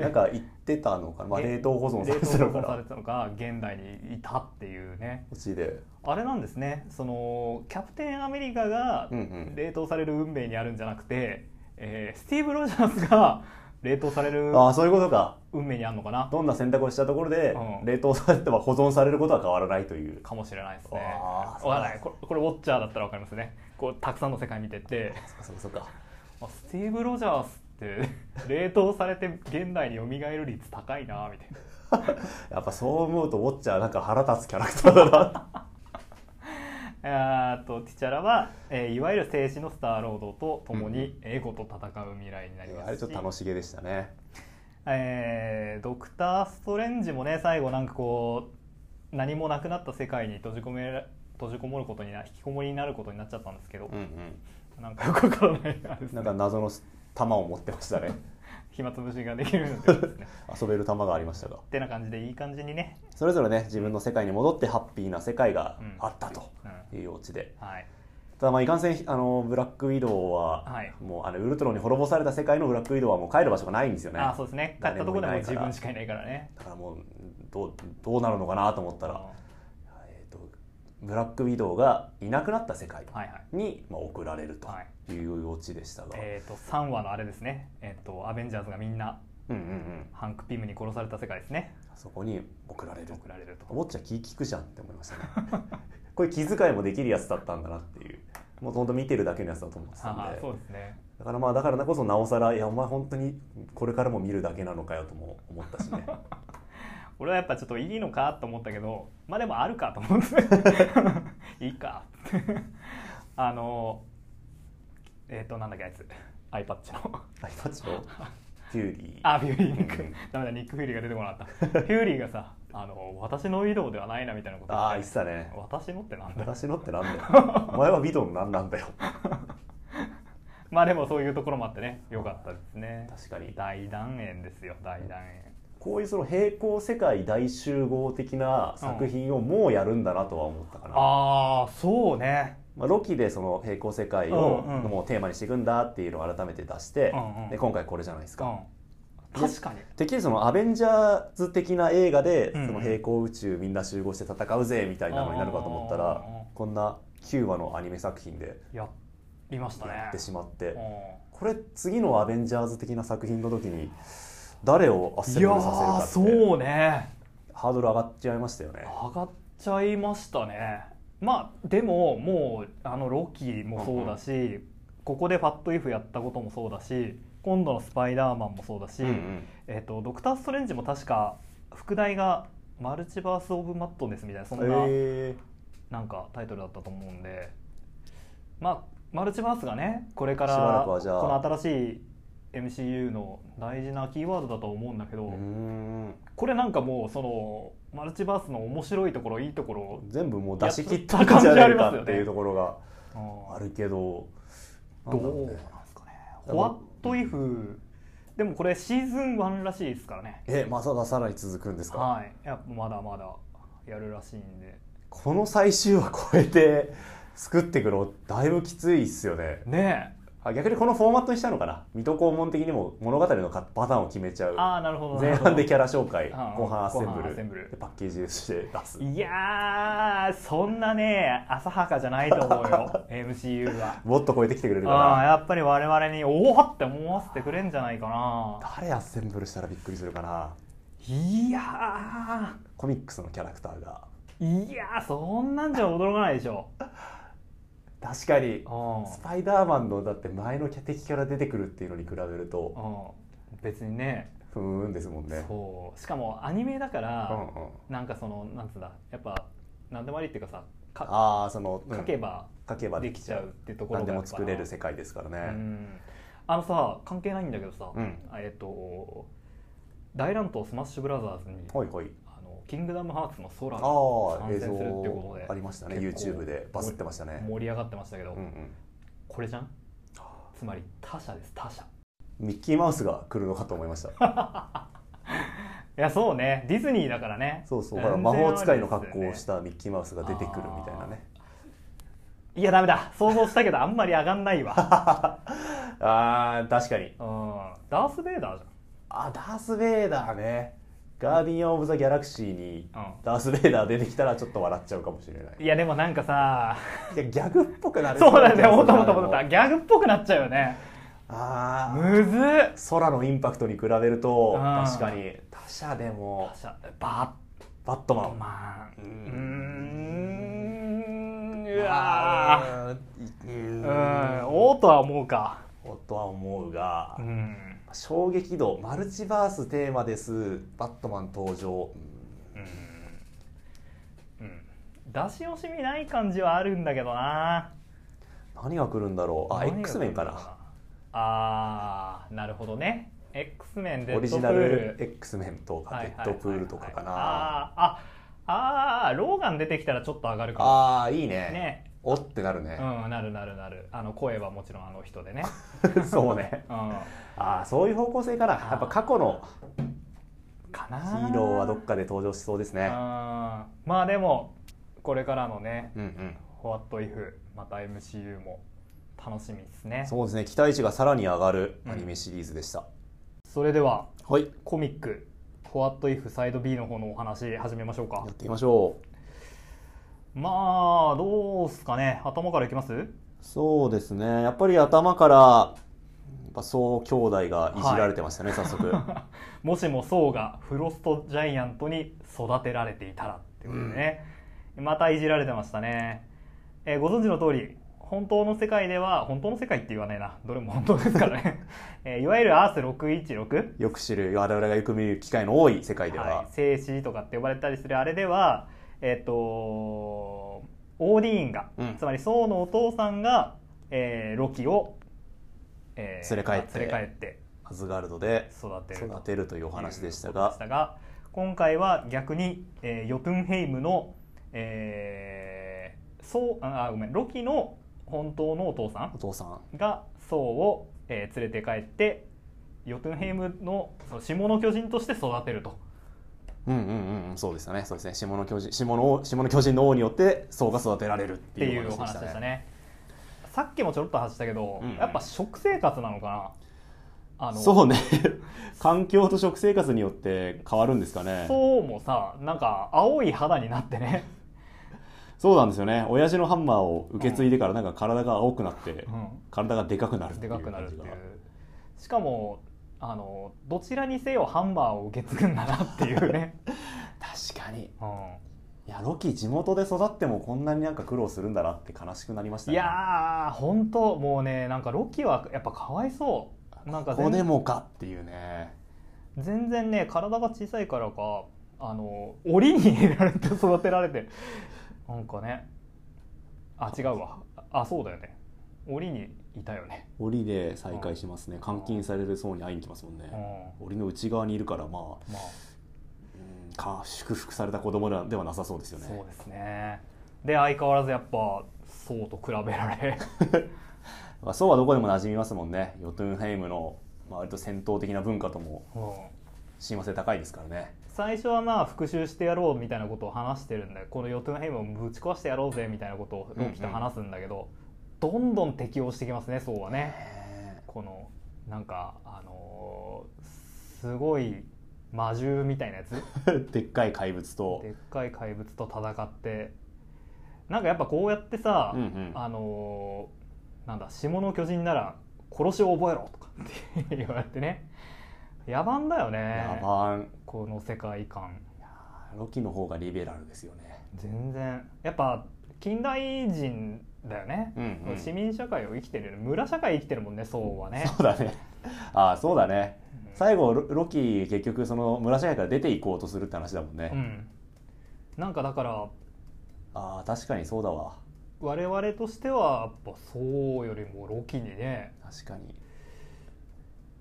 Speaker 2: なんか言ってたの <laughs> かな、まあ、
Speaker 1: え
Speaker 2: 冷凍保存さ
Speaker 1: 冷
Speaker 2: れ
Speaker 1: 凍
Speaker 2: てる
Speaker 1: 保
Speaker 2: か
Speaker 1: 存さ
Speaker 2: ら
Speaker 1: れてたのか現代にいたっていうね
Speaker 2: うちで、
Speaker 1: あれなんですねそのキャプテン・アメリカが
Speaker 2: うんうん、
Speaker 1: 冷凍される運命にあるんじゃなくて、えースティーブ・ロジャースが冷凍される
Speaker 2: ああそういうことか
Speaker 1: 運命にあるのかな
Speaker 2: どんな選択をしたところで、
Speaker 1: うん
Speaker 2: 冷凍されては保存されることは変わらないという
Speaker 1: かもしれないですね
Speaker 2: あ
Speaker 1: わ
Speaker 2: ー
Speaker 1: からないこれこれウォッチャーだったらわかりますねこうたくさんの世界見てて
Speaker 2: そうかそうかそうか
Speaker 1: あスティーブ・ロジャースって <laughs> 冷凍されて現代に蘇る率高いなみたいな
Speaker 2: やっぱそう思うとウォッチャーなんか腹立つキャラクターだな
Speaker 1: えーっとティチャラは、えーいわゆる静止のスターロードと共にエゴと戦う未来になりますし
Speaker 2: あれちょっと楽しげでしたね
Speaker 1: えードクター・ストレンジもね最後なんかこう何もなくなった世界に閉じ込めら閉じこもることにな引きこもりになることになっちゃったんですけど
Speaker 2: うん、
Speaker 1: なんかよくわからないあれで
Speaker 2: う
Speaker 1: す
Speaker 2: ん、
Speaker 1: ね
Speaker 2: なんか謎の玉を持ってましたね
Speaker 1: 暇つぶしができるんですね。 <laughs>
Speaker 2: 遊べる玉がありましたが
Speaker 1: ってな感じでいい感じにね、
Speaker 2: それぞれね自分の世界に戻ってハッピーな世界があったと
Speaker 1: うん、
Speaker 2: いうオチで、
Speaker 1: はい、
Speaker 2: ただまあいかんせんあのブラックウィドウは、
Speaker 1: はい
Speaker 2: もうあのウルトロンに滅ぼされた世界のブラックウィドウはもう帰る場所がないんですよね
Speaker 1: あそうですね買ったところでもう自
Speaker 2: 誰
Speaker 1: 分
Speaker 2: もいないから
Speaker 1: しかいないからね
Speaker 2: だからもうどうどうなるのかなと思ったら、えー、とブラックウィドウがいなくなった世界
Speaker 1: はいはい
Speaker 2: に、まあ、送られるというオチでしたが、
Speaker 1: えっ、と3話のあれですねえっ、とアベンジャーズがみんな
Speaker 2: うんうんうん
Speaker 1: ハンク・ピムに殺された世界ですね
Speaker 2: そこに送られる
Speaker 1: 送られると
Speaker 2: お坊ちゃん気利くじゃんって思いましたね <laughs> これ気遣いもできるやつだったんだなっていうもうほんと見てるだけのやつだと思ってたんで
Speaker 1: ああそうですね
Speaker 2: だからまあだからこそなおさらいやお前本当にこれからも見るだけなのかよとも思ったしね
Speaker 1: 俺はやっぱちょっといいのかと思ったけどまあでもあるかと思って
Speaker 2: <laughs>
Speaker 1: いいか <laughs> ってあのえっ、となんだっけあいつアイパッチの
Speaker 2: アイパッ
Speaker 1: <laughs>
Speaker 2: チのキューリー
Speaker 1: あ、フューリー、ニッ
Speaker 2: う
Speaker 1: ク
Speaker 2: ん。
Speaker 1: ダメだ、ニック・フューリーが出てこなかった。フューリーがさ、あの、私の移動ではないなみたいなこと
Speaker 2: ああ言
Speaker 1: っ
Speaker 2: って
Speaker 1: て
Speaker 2: たね
Speaker 1: 私のってなんだ
Speaker 2: 私のってなんだ
Speaker 1: <laughs>
Speaker 2: よお前はビドの何なんだよ
Speaker 1: まあでもそういうところもあってね、よかったですね。
Speaker 2: 確かに
Speaker 1: 大団円ですよ、大団円。
Speaker 2: こういうその平行世界大集合的な作品をもうやるんだなとは思ったかな、
Speaker 1: ああそうね
Speaker 2: まあ、ロキでその平行世界を
Speaker 1: うんうん
Speaker 2: もうテーマにしていくんだっていうのを改めて出して、
Speaker 1: うんうん
Speaker 2: で今回これじゃないですか、
Speaker 1: うん確かに
Speaker 2: てっきりそのアベンジャーズ的な映画で、
Speaker 1: うんうん
Speaker 2: その平行宇宙みんな集合して戦うぜみたいなのになるかと思ったら、
Speaker 1: うんうんうん
Speaker 2: こんな9話のアニメ作品で
Speaker 1: やりましたね
Speaker 2: やってしまって、
Speaker 1: う
Speaker 2: これ次のアベンジャーズ的な作品の時に誰をアッ
Speaker 1: ん
Speaker 2: セ
Speaker 1: いや
Speaker 2: ンブルさ
Speaker 1: ー
Speaker 2: せるかって
Speaker 1: そうね
Speaker 2: ハードル上がっちゃいましたよね。
Speaker 1: 上がっちゃいましたねまあでももうあのロキもそうだし、ここでファットイフやったこともそうだし今度のスパイダーマンもそうだし、
Speaker 2: うんうん
Speaker 1: えっとドクター・ストレンジも確か副題が「マルチバース・オブ・マットネス」みたいなそんな
Speaker 2: え
Speaker 1: なんかタイトルだったと思うんでまあマルチバースがねこれか
Speaker 2: しばら
Speaker 1: ら
Speaker 2: く
Speaker 1: こ
Speaker 2: はじゃあ
Speaker 1: の新しい MCU の大事なキーワードだと思うんだけど、
Speaker 2: ーうーん
Speaker 1: これなんかもうそのマルチバースの面白いところいいところを
Speaker 2: 全部もう出し切った
Speaker 1: やった
Speaker 2: 感
Speaker 1: 感
Speaker 2: じ
Speaker 1: じ
Speaker 2: ゃ
Speaker 1: あ
Speaker 2: な
Speaker 1: り
Speaker 2: いか
Speaker 1: ますよね
Speaker 2: っていうところが
Speaker 1: あ
Speaker 2: あるけど、
Speaker 1: どう
Speaker 2: な
Speaker 1: なん
Speaker 2: だろ
Speaker 1: ん
Speaker 2: う
Speaker 1: で
Speaker 2: ね
Speaker 1: すかねホワットイフでもこれシーズン1らしいですからね
Speaker 2: えまさかさらに続くんですか、
Speaker 1: はいやっぱまだまだやるらしいんで
Speaker 2: この最終話超えて作ってくのだいぶきついっすよね
Speaker 1: ねえ
Speaker 2: あ逆にこのフォーマットにしたのかな水戸黄門的にも物語のかパターンを決めちゃう
Speaker 1: ああなるほど
Speaker 2: 前半でキ
Speaker 1: ャ
Speaker 2: ャラ紹介
Speaker 1: あー
Speaker 2: 後半アッセンブ
Speaker 1: 後半ア
Speaker 2: ル
Speaker 1: ッセンブル
Speaker 2: でパッケージでして出す
Speaker 1: いやーそんなね浅はかじゃないと思う <laughs> よ MCU は
Speaker 2: もっと超えてきてくれる
Speaker 1: ああ
Speaker 2: か
Speaker 1: やっぱり我々におおって思わせてくれんじゃないかな
Speaker 2: な誰アッセンブルしたらびっくりするかない
Speaker 1: や
Speaker 2: コミックスのキャラクターが
Speaker 1: ーいやーそんなんじゃ驚かないでしょ
Speaker 2: 確かに
Speaker 1: うん
Speaker 2: スパイダーマンのだって前の敵から出てくるっていうのに比べると
Speaker 1: うん別にね
Speaker 2: ふーんですもんね
Speaker 1: そうしかもアニメだか
Speaker 2: うん
Speaker 1: ら、
Speaker 2: うん
Speaker 1: なんかそのなんつうんだやっぱ何でもありっていうかさか
Speaker 2: ああそのうん
Speaker 1: 書けば
Speaker 2: 書けば
Speaker 1: できちゃうってところ
Speaker 2: 何
Speaker 1: が
Speaker 2: で
Speaker 1: やっぱ
Speaker 2: も作れる世界ですから
Speaker 1: う
Speaker 2: ね、
Speaker 1: んあのさ関係ないんだけどさ、
Speaker 2: うん
Speaker 1: えっ、と大乱闘スマッシュブラザーズに
Speaker 2: ほいほい
Speaker 1: あのキングダムハーツの空
Speaker 2: あ
Speaker 1: が
Speaker 2: あ映
Speaker 1: 参戦するっていうこ
Speaker 2: 像
Speaker 1: とで
Speaker 2: ありましたね
Speaker 1: 結構
Speaker 2: YouTube でバズってましたね、
Speaker 1: 盛り上がってましたけど、
Speaker 2: うんうん、
Speaker 1: これじゃんつまり他者です他者
Speaker 2: ミッキーマウスが来るのかと思いました
Speaker 1: いやそうねディズニーだからね
Speaker 2: そうそう
Speaker 1: 全
Speaker 2: ほ
Speaker 1: 然あ
Speaker 2: ら
Speaker 1: り
Speaker 2: 魔法使いの
Speaker 1: ですよ
Speaker 2: 格
Speaker 1: ね
Speaker 2: 好をしたミッキーマウスが出てくるみたいなね
Speaker 1: いやダメだ想像したけどあんまり上がんないわ、
Speaker 2: あー確かに
Speaker 1: うん、ダース・ベイダーじ
Speaker 2: あダース・ベイダーねガーディアン・オブ・ザ・ギャラクシーに
Speaker 1: ゃん、
Speaker 2: ダース・ベイダー出てきたらちょっと笑っちゃうかもし
Speaker 1: <laughs>
Speaker 2: れない
Speaker 1: うん、いやでもなんかさ
Speaker 2: いやギャグっぽくなる
Speaker 1: そうなんだよもともと
Speaker 2: あれ
Speaker 1: 思ったギャグっぽくなっちゃうよね
Speaker 2: あー
Speaker 1: むずっ
Speaker 2: 空のインパクトに比べると
Speaker 1: うん
Speaker 2: 確かに他社でも
Speaker 1: 他者バ
Speaker 2: バットマ
Speaker 1: ット
Speaker 2: ン
Speaker 1: マンう
Speaker 2: う
Speaker 1: んーんうわ
Speaker 2: う
Speaker 1: ー
Speaker 2: ん
Speaker 1: うんおーとは思うか
Speaker 2: とは思うが、
Speaker 1: うん
Speaker 2: 衝撃度マルチバーステーマですバットマン登場
Speaker 1: うん出し惜しみない感じはあるんだけどな
Speaker 2: 何が来るんだろうあ
Speaker 1: 何が
Speaker 2: X メンか
Speaker 1: 来るの
Speaker 2: な
Speaker 1: あーなるほどね X メンで
Speaker 2: オリジナル X メンとか
Speaker 1: はい
Speaker 2: デ
Speaker 1: はいは
Speaker 2: ッ
Speaker 1: いは
Speaker 2: ド
Speaker 1: い
Speaker 2: プールとかかな、
Speaker 1: あーああーローガン出てきたらちょっと上がるかも
Speaker 2: ああいいね
Speaker 1: ね
Speaker 2: おってなるね、
Speaker 1: うんなるなるなるあの声はもちろんあの人でね、
Speaker 2: <laughs> そうね
Speaker 1: うん、
Speaker 2: ああそういう方向性からやっぱ過去の
Speaker 1: かな
Speaker 2: ヒーローはどっかで登場しそうですね
Speaker 1: あーまあでもこれからのね
Speaker 2: うんうん
Speaker 1: ホワットイフまた MCU も楽しみですねそ
Speaker 2: そうですね期待値がさらに上がる
Speaker 1: うん
Speaker 2: アニメシリーズでした、
Speaker 1: れでは
Speaker 2: はい
Speaker 1: コミックホワットイフサイド B の方のお話始めましょうか
Speaker 2: やってみましょう
Speaker 1: まあどうすかね頭からいきます
Speaker 2: そうですねやっぱり頭からやっぱそう兄弟がいじられてましたね、早速
Speaker 1: もしもソウがフロストジャイアントに育てられていたらってことでね、またいじられてましたね、えーご存知の通り本当の世界では本当の世界って言わないなどれも本当ですからね、 <laughs> えーいわゆるアース616
Speaker 2: よく知る我々がよく見る機会の多い世界では、
Speaker 1: はい、静止とかって呼ばれたりするあれではえっ、とオーディーンが、
Speaker 2: うん
Speaker 1: つまりソウのお父さんが、えーロキを、えー
Speaker 2: 連れ帰って
Speaker 1: 連れ帰って
Speaker 2: アズガルドで
Speaker 1: 育てる
Speaker 2: 育
Speaker 1: と
Speaker 2: てるというお話でした
Speaker 1: ということ
Speaker 2: が
Speaker 1: でしたが今回は逆に、えーヨトゥンヘイムの、えーそうああごめんロキの本当のお父さ
Speaker 2: お父さん
Speaker 1: んがソウを、えー連れて帰って、ヨトゥンヘイムのその下の巨人として育てると
Speaker 2: うんうんうんうんそうでしたねそうですね下の巨人下の王下の巨人の王によって層が育てられるっ
Speaker 1: っててい
Speaker 2: いう
Speaker 1: う
Speaker 2: お
Speaker 1: お
Speaker 2: 話
Speaker 1: 話で
Speaker 2: でし
Speaker 1: したた
Speaker 2: ね
Speaker 1: ねさっきもちょろっと話したけど、
Speaker 2: うんうん
Speaker 1: やっぱ食生活なのかなあの
Speaker 2: そうね <laughs> 環境と食生活によって変わるんですかねそう
Speaker 1: そうもさなんか青い肌になってね、
Speaker 2: <laughs> なんですよね親父のハンマーを受け継いでからなんか体が青くなって、体がでかくなるって
Speaker 1: で
Speaker 2: いう
Speaker 1: かくなるっていう
Speaker 2: 感じが
Speaker 1: しかもあのどちらにせよハンマーを受け継ぐんだなっていう
Speaker 2: <laughs>
Speaker 1: ね、
Speaker 2: 確かに
Speaker 1: う
Speaker 2: いやロキ地元で育ってもこんなになんか苦労するんだなって悲しくなりました
Speaker 1: ん、い
Speaker 2: ね
Speaker 1: やー本当もうねなんかロキはやっぱかわいそうなんか
Speaker 2: ここ
Speaker 1: 全
Speaker 2: でもかっていうね
Speaker 1: 全然ね体が小さいからかあの檻に入れられて育てられてなんかねあ違うわあそうだよね檻にいたよね、
Speaker 2: 檻で再会しますね監禁されるそうに会いに来ますもん
Speaker 1: う
Speaker 2: ね
Speaker 1: ん
Speaker 2: 檻の内側にいるからまあ
Speaker 1: まあ
Speaker 2: うんか祝福された子供ではなさそうですよね
Speaker 1: そうですねで相変わらずやっぱそうと比べら
Speaker 2: <laughs>
Speaker 1: れ
Speaker 2: まあ、そうはどこでも馴染みますもんねヨトゥンヘイムの、まあ、割と戦闘的な文化とも
Speaker 1: うん
Speaker 2: 親和性高いですからね
Speaker 1: 最初はまあ復讐してやろうみたいなことを話してるんでこのヨトゥンヘイムをぶち壊してやろうぜみたいなことをロキと話すんだけど、どんどん適応してきますねそうはねこのなんかあのーすごい魔獣みたい
Speaker 2: <laughs>
Speaker 1: なやつ
Speaker 2: でっかい怪物と
Speaker 1: でっかい怪物と戦ってなんかやっぱこうやってさ、
Speaker 2: うんうん
Speaker 1: あのーなんだ下の巨人なら殺しを覚えろとかって言われてね野蛮だよ
Speaker 2: 野
Speaker 1: ね
Speaker 2: 蛮
Speaker 1: この世界観
Speaker 2: ロキの方がリベラルですよね
Speaker 1: 全然やっぱ近代人だよね、
Speaker 2: うんうん
Speaker 1: 市民社会を生きてるよね村社会生きてるもんねそうはね、
Speaker 2: そうだねああそうだね
Speaker 1: うん
Speaker 2: 最後ロロキ結局その村社会から出ていこうとするって話だもんね、
Speaker 1: うん、なんかだから
Speaker 2: ああ確かにそうだわ
Speaker 1: 我々としてはやっぱそうよりもロキにね
Speaker 2: 確かに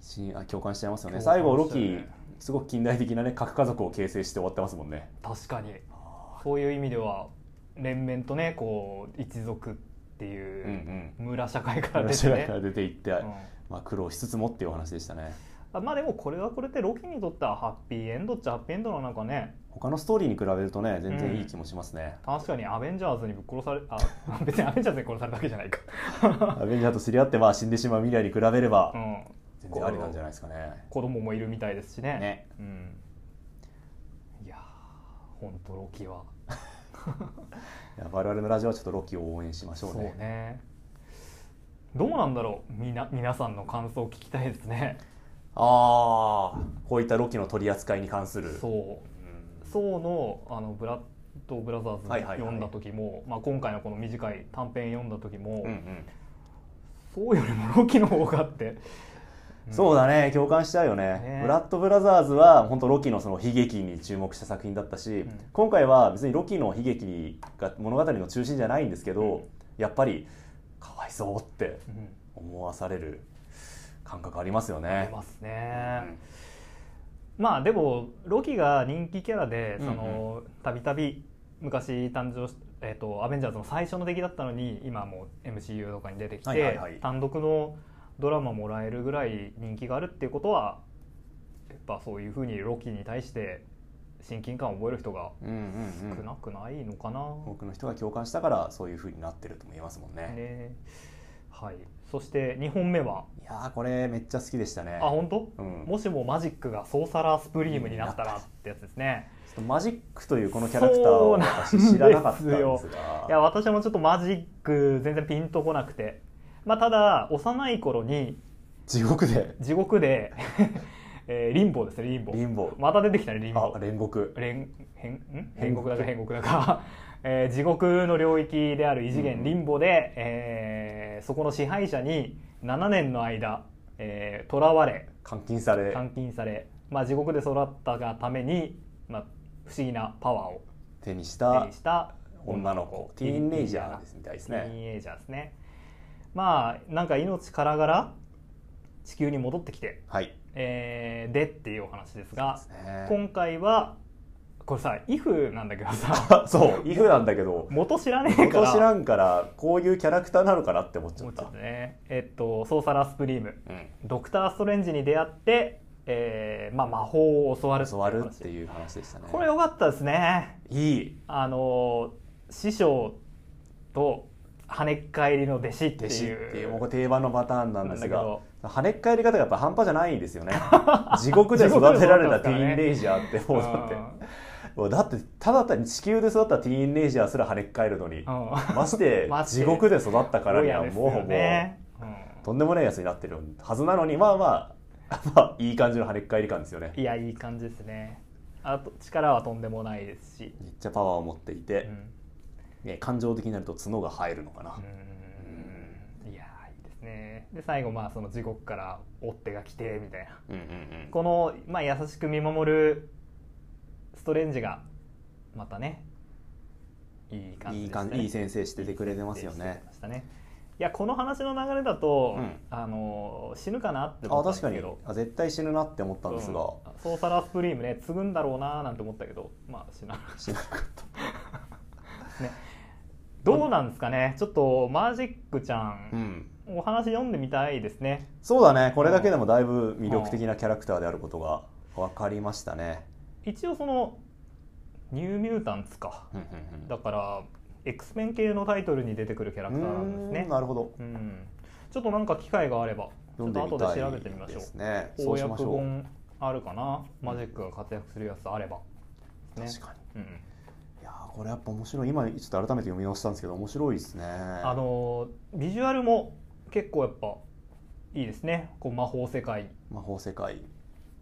Speaker 2: しあ共感しちゃいますよね
Speaker 1: 共感
Speaker 2: 最後ロ
Speaker 1: しちゃう
Speaker 2: キ
Speaker 1: ね
Speaker 2: すごく近代的なね核家族を形成して終わってますもんね
Speaker 1: 確かに
Speaker 2: あ
Speaker 1: そういう意味では連綿とねこう一族って
Speaker 2: ーうんう
Speaker 1: いうん村社会から
Speaker 2: 村
Speaker 1: 出て
Speaker 2: 社
Speaker 1: ね
Speaker 2: 会から出ていって、
Speaker 1: うん
Speaker 2: まあ、苦労しつつもっていうお話でしたね
Speaker 1: あまあでもこれはこれでロキにとってはハッピーエンドっちゃハッピーエンドなのかね
Speaker 2: 他のストーリーに比べるとね全然いい気もしますね、
Speaker 1: 確かにアベンジャーズにぶっ殺されあ <laughs> 別にアベンジャーズに殺されたわけじゃ
Speaker 2: <laughs>
Speaker 1: ないか
Speaker 2: アベンジャーと知り合ってまあ死んでしまう未来に比べれば
Speaker 1: うん
Speaker 2: 全然ありなんじゃないですかね、
Speaker 1: 子供もいるみたいですしね
Speaker 2: ね
Speaker 1: うんいやーほんとロキは。
Speaker 2: いや我々のラジオはちょっとロキを応援しましょう
Speaker 1: そう
Speaker 2: ね
Speaker 1: ねどうなんだろうみな皆さんの感想を聞きたいですね
Speaker 2: ああこういったロキの取り扱いに関する
Speaker 1: そう
Speaker 2: うん
Speaker 1: そうのあのブラッド・ブラザ
Speaker 2: はい
Speaker 1: ー
Speaker 2: はいは
Speaker 1: ズ
Speaker 2: い
Speaker 1: 読んだ時も、まあ、今回のこの短い短編読んだ時も、
Speaker 2: うんうん
Speaker 1: そうよりもロキの方があって、
Speaker 2: そう
Speaker 1: だ
Speaker 2: だね共感しちゃうよね
Speaker 1: ね
Speaker 2: ブラッド・ブラザーズは本当ロキのその悲劇に注目した作品だったし、
Speaker 1: ん
Speaker 2: 今回は別にロキの悲劇が物語の中心じゃないんですけど、
Speaker 1: うん
Speaker 2: やっぱりかわいそうって
Speaker 1: うん
Speaker 2: 思わされる感覚ありますよ
Speaker 1: あ
Speaker 2: ね
Speaker 1: り。ますね、まあでもロキが人気キャラでそのたびたび昔誕生しえっと、アベンジャーズの最初の出来だったのに今もう MCU とかに出てきて、
Speaker 2: はいはいはい
Speaker 1: 単独のドラマもらえるぐらい人気があるっていうことはやっぱそういうふうにロキに対して親近感を覚える人が
Speaker 2: うんうんう
Speaker 1: 少
Speaker 2: ん
Speaker 1: なくないのかな、
Speaker 2: 多くの人が共感したからそういう風になってるとも言えますもんね。
Speaker 1: ねはい、そして2本目は、
Speaker 2: いやーこれめっちゃ好きでしたね。
Speaker 1: あ本当、
Speaker 2: うん
Speaker 1: もしもマジックがソーサラースプリームになったらってやつですね、
Speaker 2: ちょっとマジックというこのキャラクターを私知らなかったんで
Speaker 1: そうな
Speaker 2: す
Speaker 1: ん
Speaker 2: が
Speaker 1: ですいや私もちょっとマジック全然ピンとこなくて、まあ、ただ幼い頃に
Speaker 2: 地獄で
Speaker 1: 地獄で、 <laughs> えー、リンボーですねリンボー
Speaker 2: リンボ
Speaker 1: また出てきたねリンボ
Speaker 2: あ
Speaker 1: ー
Speaker 2: 煉獄
Speaker 1: れん変ん
Speaker 2: 変
Speaker 1: 変国だか変国だか、 <laughs> えー地獄の領域である異次
Speaker 2: う
Speaker 1: 元
Speaker 2: んうん
Speaker 1: リンボで、えーそこの支配者に7年の間えー囚われ
Speaker 2: 監禁され
Speaker 1: 監禁され、まあ、地獄で育ったがために、まあ、不思議なパワーを
Speaker 2: 手にし
Speaker 1: 手
Speaker 2: た
Speaker 1: にした
Speaker 2: 女の子ティーンネイジャーですみたいです
Speaker 1: ティー
Speaker 2: ね
Speaker 1: ンエイジャーですねまあなんか命からがら地球に戻ってきて、
Speaker 2: はい
Speaker 1: えーでっていうお話ですが
Speaker 2: ね
Speaker 1: 今回はこれさ「if」なんだけどさ
Speaker 2: <laughs> そう「イフなんだけど
Speaker 1: 元知らねえ
Speaker 2: 元
Speaker 1: から
Speaker 2: 知らんからこういうキャラクターなのかなって思っちゃ
Speaker 1: も
Speaker 2: っ
Speaker 1: うちょ
Speaker 2: た
Speaker 1: っとねえっと「ソーサラースプリーム」
Speaker 2: うん
Speaker 1: ドクター・ストレンジに出会って、えーまあ、魔法を教わる
Speaker 2: 教わるって
Speaker 1: う
Speaker 2: いう話でしたね
Speaker 1: 話これ良かったですね
Speaker 2: いい
Speaker 1: あの師匠と跳ねっ返りの弟子って
Speaker 2: 弟子ってい
Speaker 1: いうう
Speaker 2: もうこれ定番のパターンなんです
Speaker 1: なん
Speaker 2: が
Speaker 1: だ
Speaker 2: 跳ねっ返り方がやっぱ半端じゃないです
Speaker 1: <laughs>
Speaker 2: よね地獄で育てられたティーンレイジャーってもうだってもうだってただ単に地球で育ったティーンレイジャーすら跳ねっ返るのにまして
Speaker 1: まして
Speaker 2: 地獄で育ったから
Speaker 1: <laughs>
Speaker 2: に
Speaker 1: や
Speaker 2: は
Speaker 1: です
Speaker 2: もうも
Speaker 1: よ
Speaker 2: う
Speaker 1: ねうん
Speaker 2: とんでもないやつになってるはずなのにまあまあ <laughs> まあいい感じの跳ねっ返り感ですよね
Speaker 1: いやいい感じですねあと力はとんでもないですし、
Speaker 2: めっちゃパワーを持っていうて、
Speaker 1: ん
Speaker 2: ね感情的になると角が生えるのかな、
Speaker 1: うんいやーいいですねで最後まあその地獄から追っ手が来てみたいな
Speaker 2: うんうんうん
Speaker 1: この、まあ、優しく見守るストレンジがまたねいい感じ
Speaker 2: い
Speaker 1: で
Speaker 2: い
Speaker 1: した
Speaker 2: 感
Speaker 1: ね
Speaker 2: じいい先生しててくれてますよ
Speaker 1: いい先生し
Speaker 2: ね
Speaker 1: てましたねいやこの話の流れだと、
Speaker 2: うん
Speaker 1: あの死ぬかなって思
Speaker 2: あ
Speaker 1: ったんで
Speaker 2: 確
Speaker 1: す
Speaker 2: か
Speaker 1: け
Speaker 2: に
Speaker 1: ど
Speaker 2: あ絶対死ぬなって思ったんですが、
Speaker 1: うんソーサラースプリームね継ぐんだろうなーなんて思ったけどまあ死ななかっ
Speaker 2: 死ななかった
Speaker 1: ねどうなんですかねちょっとマジックちゃ、
Speaker 2: た、うんん、
Speaker 1: お話読んでみたいですね
Speaker 2: そうだねこれだけでもだいぶ魅力的なキャラクターであることが分かりましたね、
Speaker 1: 一応そのニューミュータンツか
Speaker 2: うんうんうん
Speaker 1: だから X メン系のタイトルに出てくるキャラクターなんです
Speaker 2: うー
Speaker 1: ね
Speaker 2: んなるほど
Speaker 1: うんちょっとなんか機会があればちょ
Speaker 2: 読
Speaker 1: っ
Speaker 2: んで
Speaker 1: と
Speaker 2: み
Speaker 1: 後
Speaker 2: た
Speaker 1: で調べてみま
Speaker 2: い
Speaker 1: しょ
Speaker 2: で
Speaker 1: う
Speaker 2: すねそう
Speaker 1: 公
Speaker 2: しま
Speaker 1: 約
Speaker 2: しょう、
Speaker 1: 本あるかなマジックが活躍するやつあれば、ね
Speaker 2: 確かに
Speaker 1: うん、
Speaker 2: いやーこれやっぱ面白い今ちょっと改めて読み直したんですけど面白いですね
Speaker 1: あのービジュアルも結構やっぱいいですねこう魔法世界
Speaker 2: 魔法世界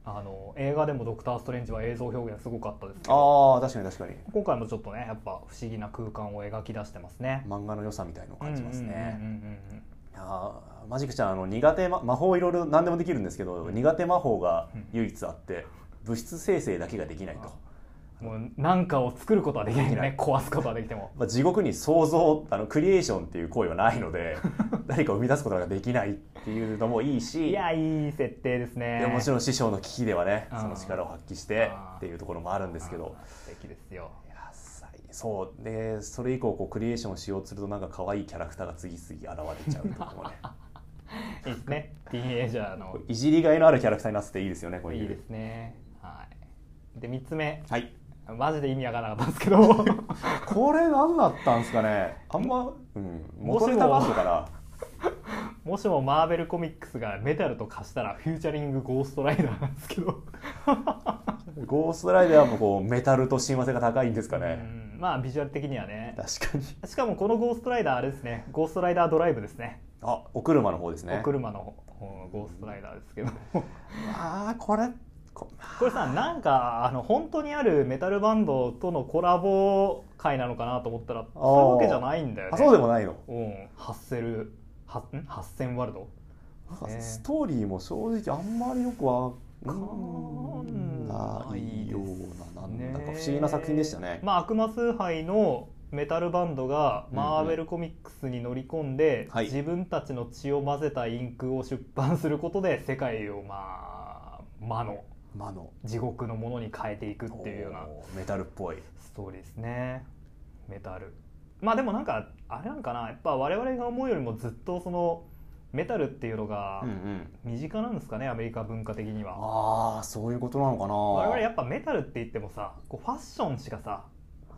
Speaker 1: あのー映画でも「ドクター・ストレンジ」は映像表現すごかったですけど
Speaker 2: ああ確かに確かに
Speaker 1: 今回もちょっとねやっぱ不思議な空間を描き出してますね
Speaker 2: 漫画の良さみたいのを感じますね、
Speaker 1: うんうんうんうんうん
Speaker 2: いやーマジックちゃんあの苦手、ま、魔法いろいろ何でもできるんですけど、苦手魔法が唯一あって物質生成だけができないと、
Speaker 1: もう何かを作ることはできないんだ
Speaker 2: <laughs>
Speaker 1: ね壊すことはできても
Speaker 2: まあ、地獄に創造あのクリエーションっていう行為はない
Speaker 1: <laughs>
Speaker 2: ので何か生み出すことができないっていうのもいいし
Speaker 1: いやいい設定ですね
Speaker 2: でもちろん師匠の危機ではね
Speaker 1: うん
Speaker 2: その力を発揮して
Speaker 1: うん
Speaker 2: っていうところもあるんですけど
Speaker 1: あー素敵ですよ
Speaker 2: いや最そうでそれ以降こうクリエーションしようとするとなんか可愛いキャラクターが次々現れちゃうとかもね
Speaker 1: いいですねティーンエイジャーの
Speaker 2: いじりがいのあるキャラクターになってていいですよねこういう
Speaker 1: いいですねはいで3つ目
Speaker 2: はい
Speaker 1: マジで意味わからなかったんですけ
Speaker 2: <laughs>
Speaker 1: ど
Speaker 2: これ何だったんですかねあんま、うん、元ネタがあるのかな
Speaker 1: もしもマーベルコミックスがメタルと化したらフューチャリングゴーストライダーなんですけど、
Speaker 2: ゴーストライダーもこうメタルと親和性が高いんですか
Speaker 1: う
Speaker 2: ね
Speaker 1: んまあビジュアル的にはね
Speaker 2: 確かに
Speaker 1: しかもこのゴーストライダーあれですねゴーストライダードライブですね
Speaker 2: あお車の方ですね
Speaker 1: お車のうんゴーストライダーですけど
Speaker 2: ああこれこ
Speaker 1: これさなんかあの本当にあるメタルバンドとのコラボ回なのかなと思ったらそういうわけじゃないんだよね
Speaker 2: あそうでもないの、
Speaker 1: うんハッセルはんハッセンワルド
Speaker 2: なんか
Speaker 1: ね
Speaker 2: ストーリーも正直あんまりよくわかん
Speaker 1: ん
Speaker 2: な
Speaker 1: ないい
Speaker 2: よ
Speaker 1: よ
Speaker 2: う
Speaker 1: う
Speaker 2: な
Speaker 1: な
Speaker 2: なんだか不思議な作品でしたね
Speaker 1: まあ、悪魔崇拝のメタルバンドがマーベルコミックスに乗り込んで、
Speaker 2: はい
Speaker 1: 自分たちの血を混ぜたインクを出版することで世界をまあ魔の
Speaker 2: 魔の
Speaker 1: 地獄のものに変えていくっていうような
Speaker 2: おーメタルっぽい
Speaker 1: ストーリーですねメタルまあでもなんかあれなんかなやっぱ我々が思うよりもずっとそのメタルっていうのが
Speaker 2: うんうん
Speaker 1: 身近なんですかねアメリカ文化的には
Speaker 2: ああそういうことなのかな
Speaker 1: 我々やっぱメタルって言ってもさこうファッションしかさ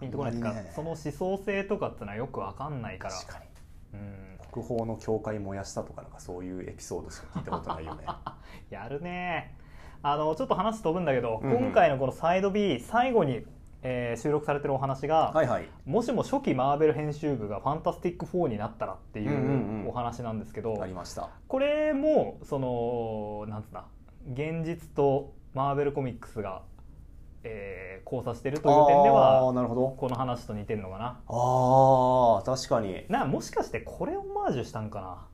Speaker 1: ピンとこないですか、
Speaker 2: あんまりね
Speaker 1: その思想性とかってのはよくわかんないから
Speaker 2: 確かに
Speaker 1: うん
Speaker 2: 国宝の教会燃やしたとかなんかそういうエピソードしか聞いたことない
Speaker 1: <laughs>
Speaker 2: よね
Speaker 1: やるねあのちょっと話飛ぶんだけど、
Speaker 2: うんうん
Speaker 1: 今回のこのサイド B 最後に、えー収録されてるお話が、
Speaker 2: はいはい
Speaker 1: もしも初期マーベル編集部が「ファンタスティック4」になったらってい
Speaker 2: んうんうん
Speaker 1: ううお話なんですけど、
Speaker 2: ありました
Speaker 1: これもそのなんつうんだ現実とマーベルコミックスが、えー交差してるという点で
Speaker 2: あー
Speaker 1: は
Speaker 2: なるほど
Speaker 1: この話と似てるのかな
Speaker 2: ああ確かに
Speaker 1: なもしかしてこれオマージュしたんか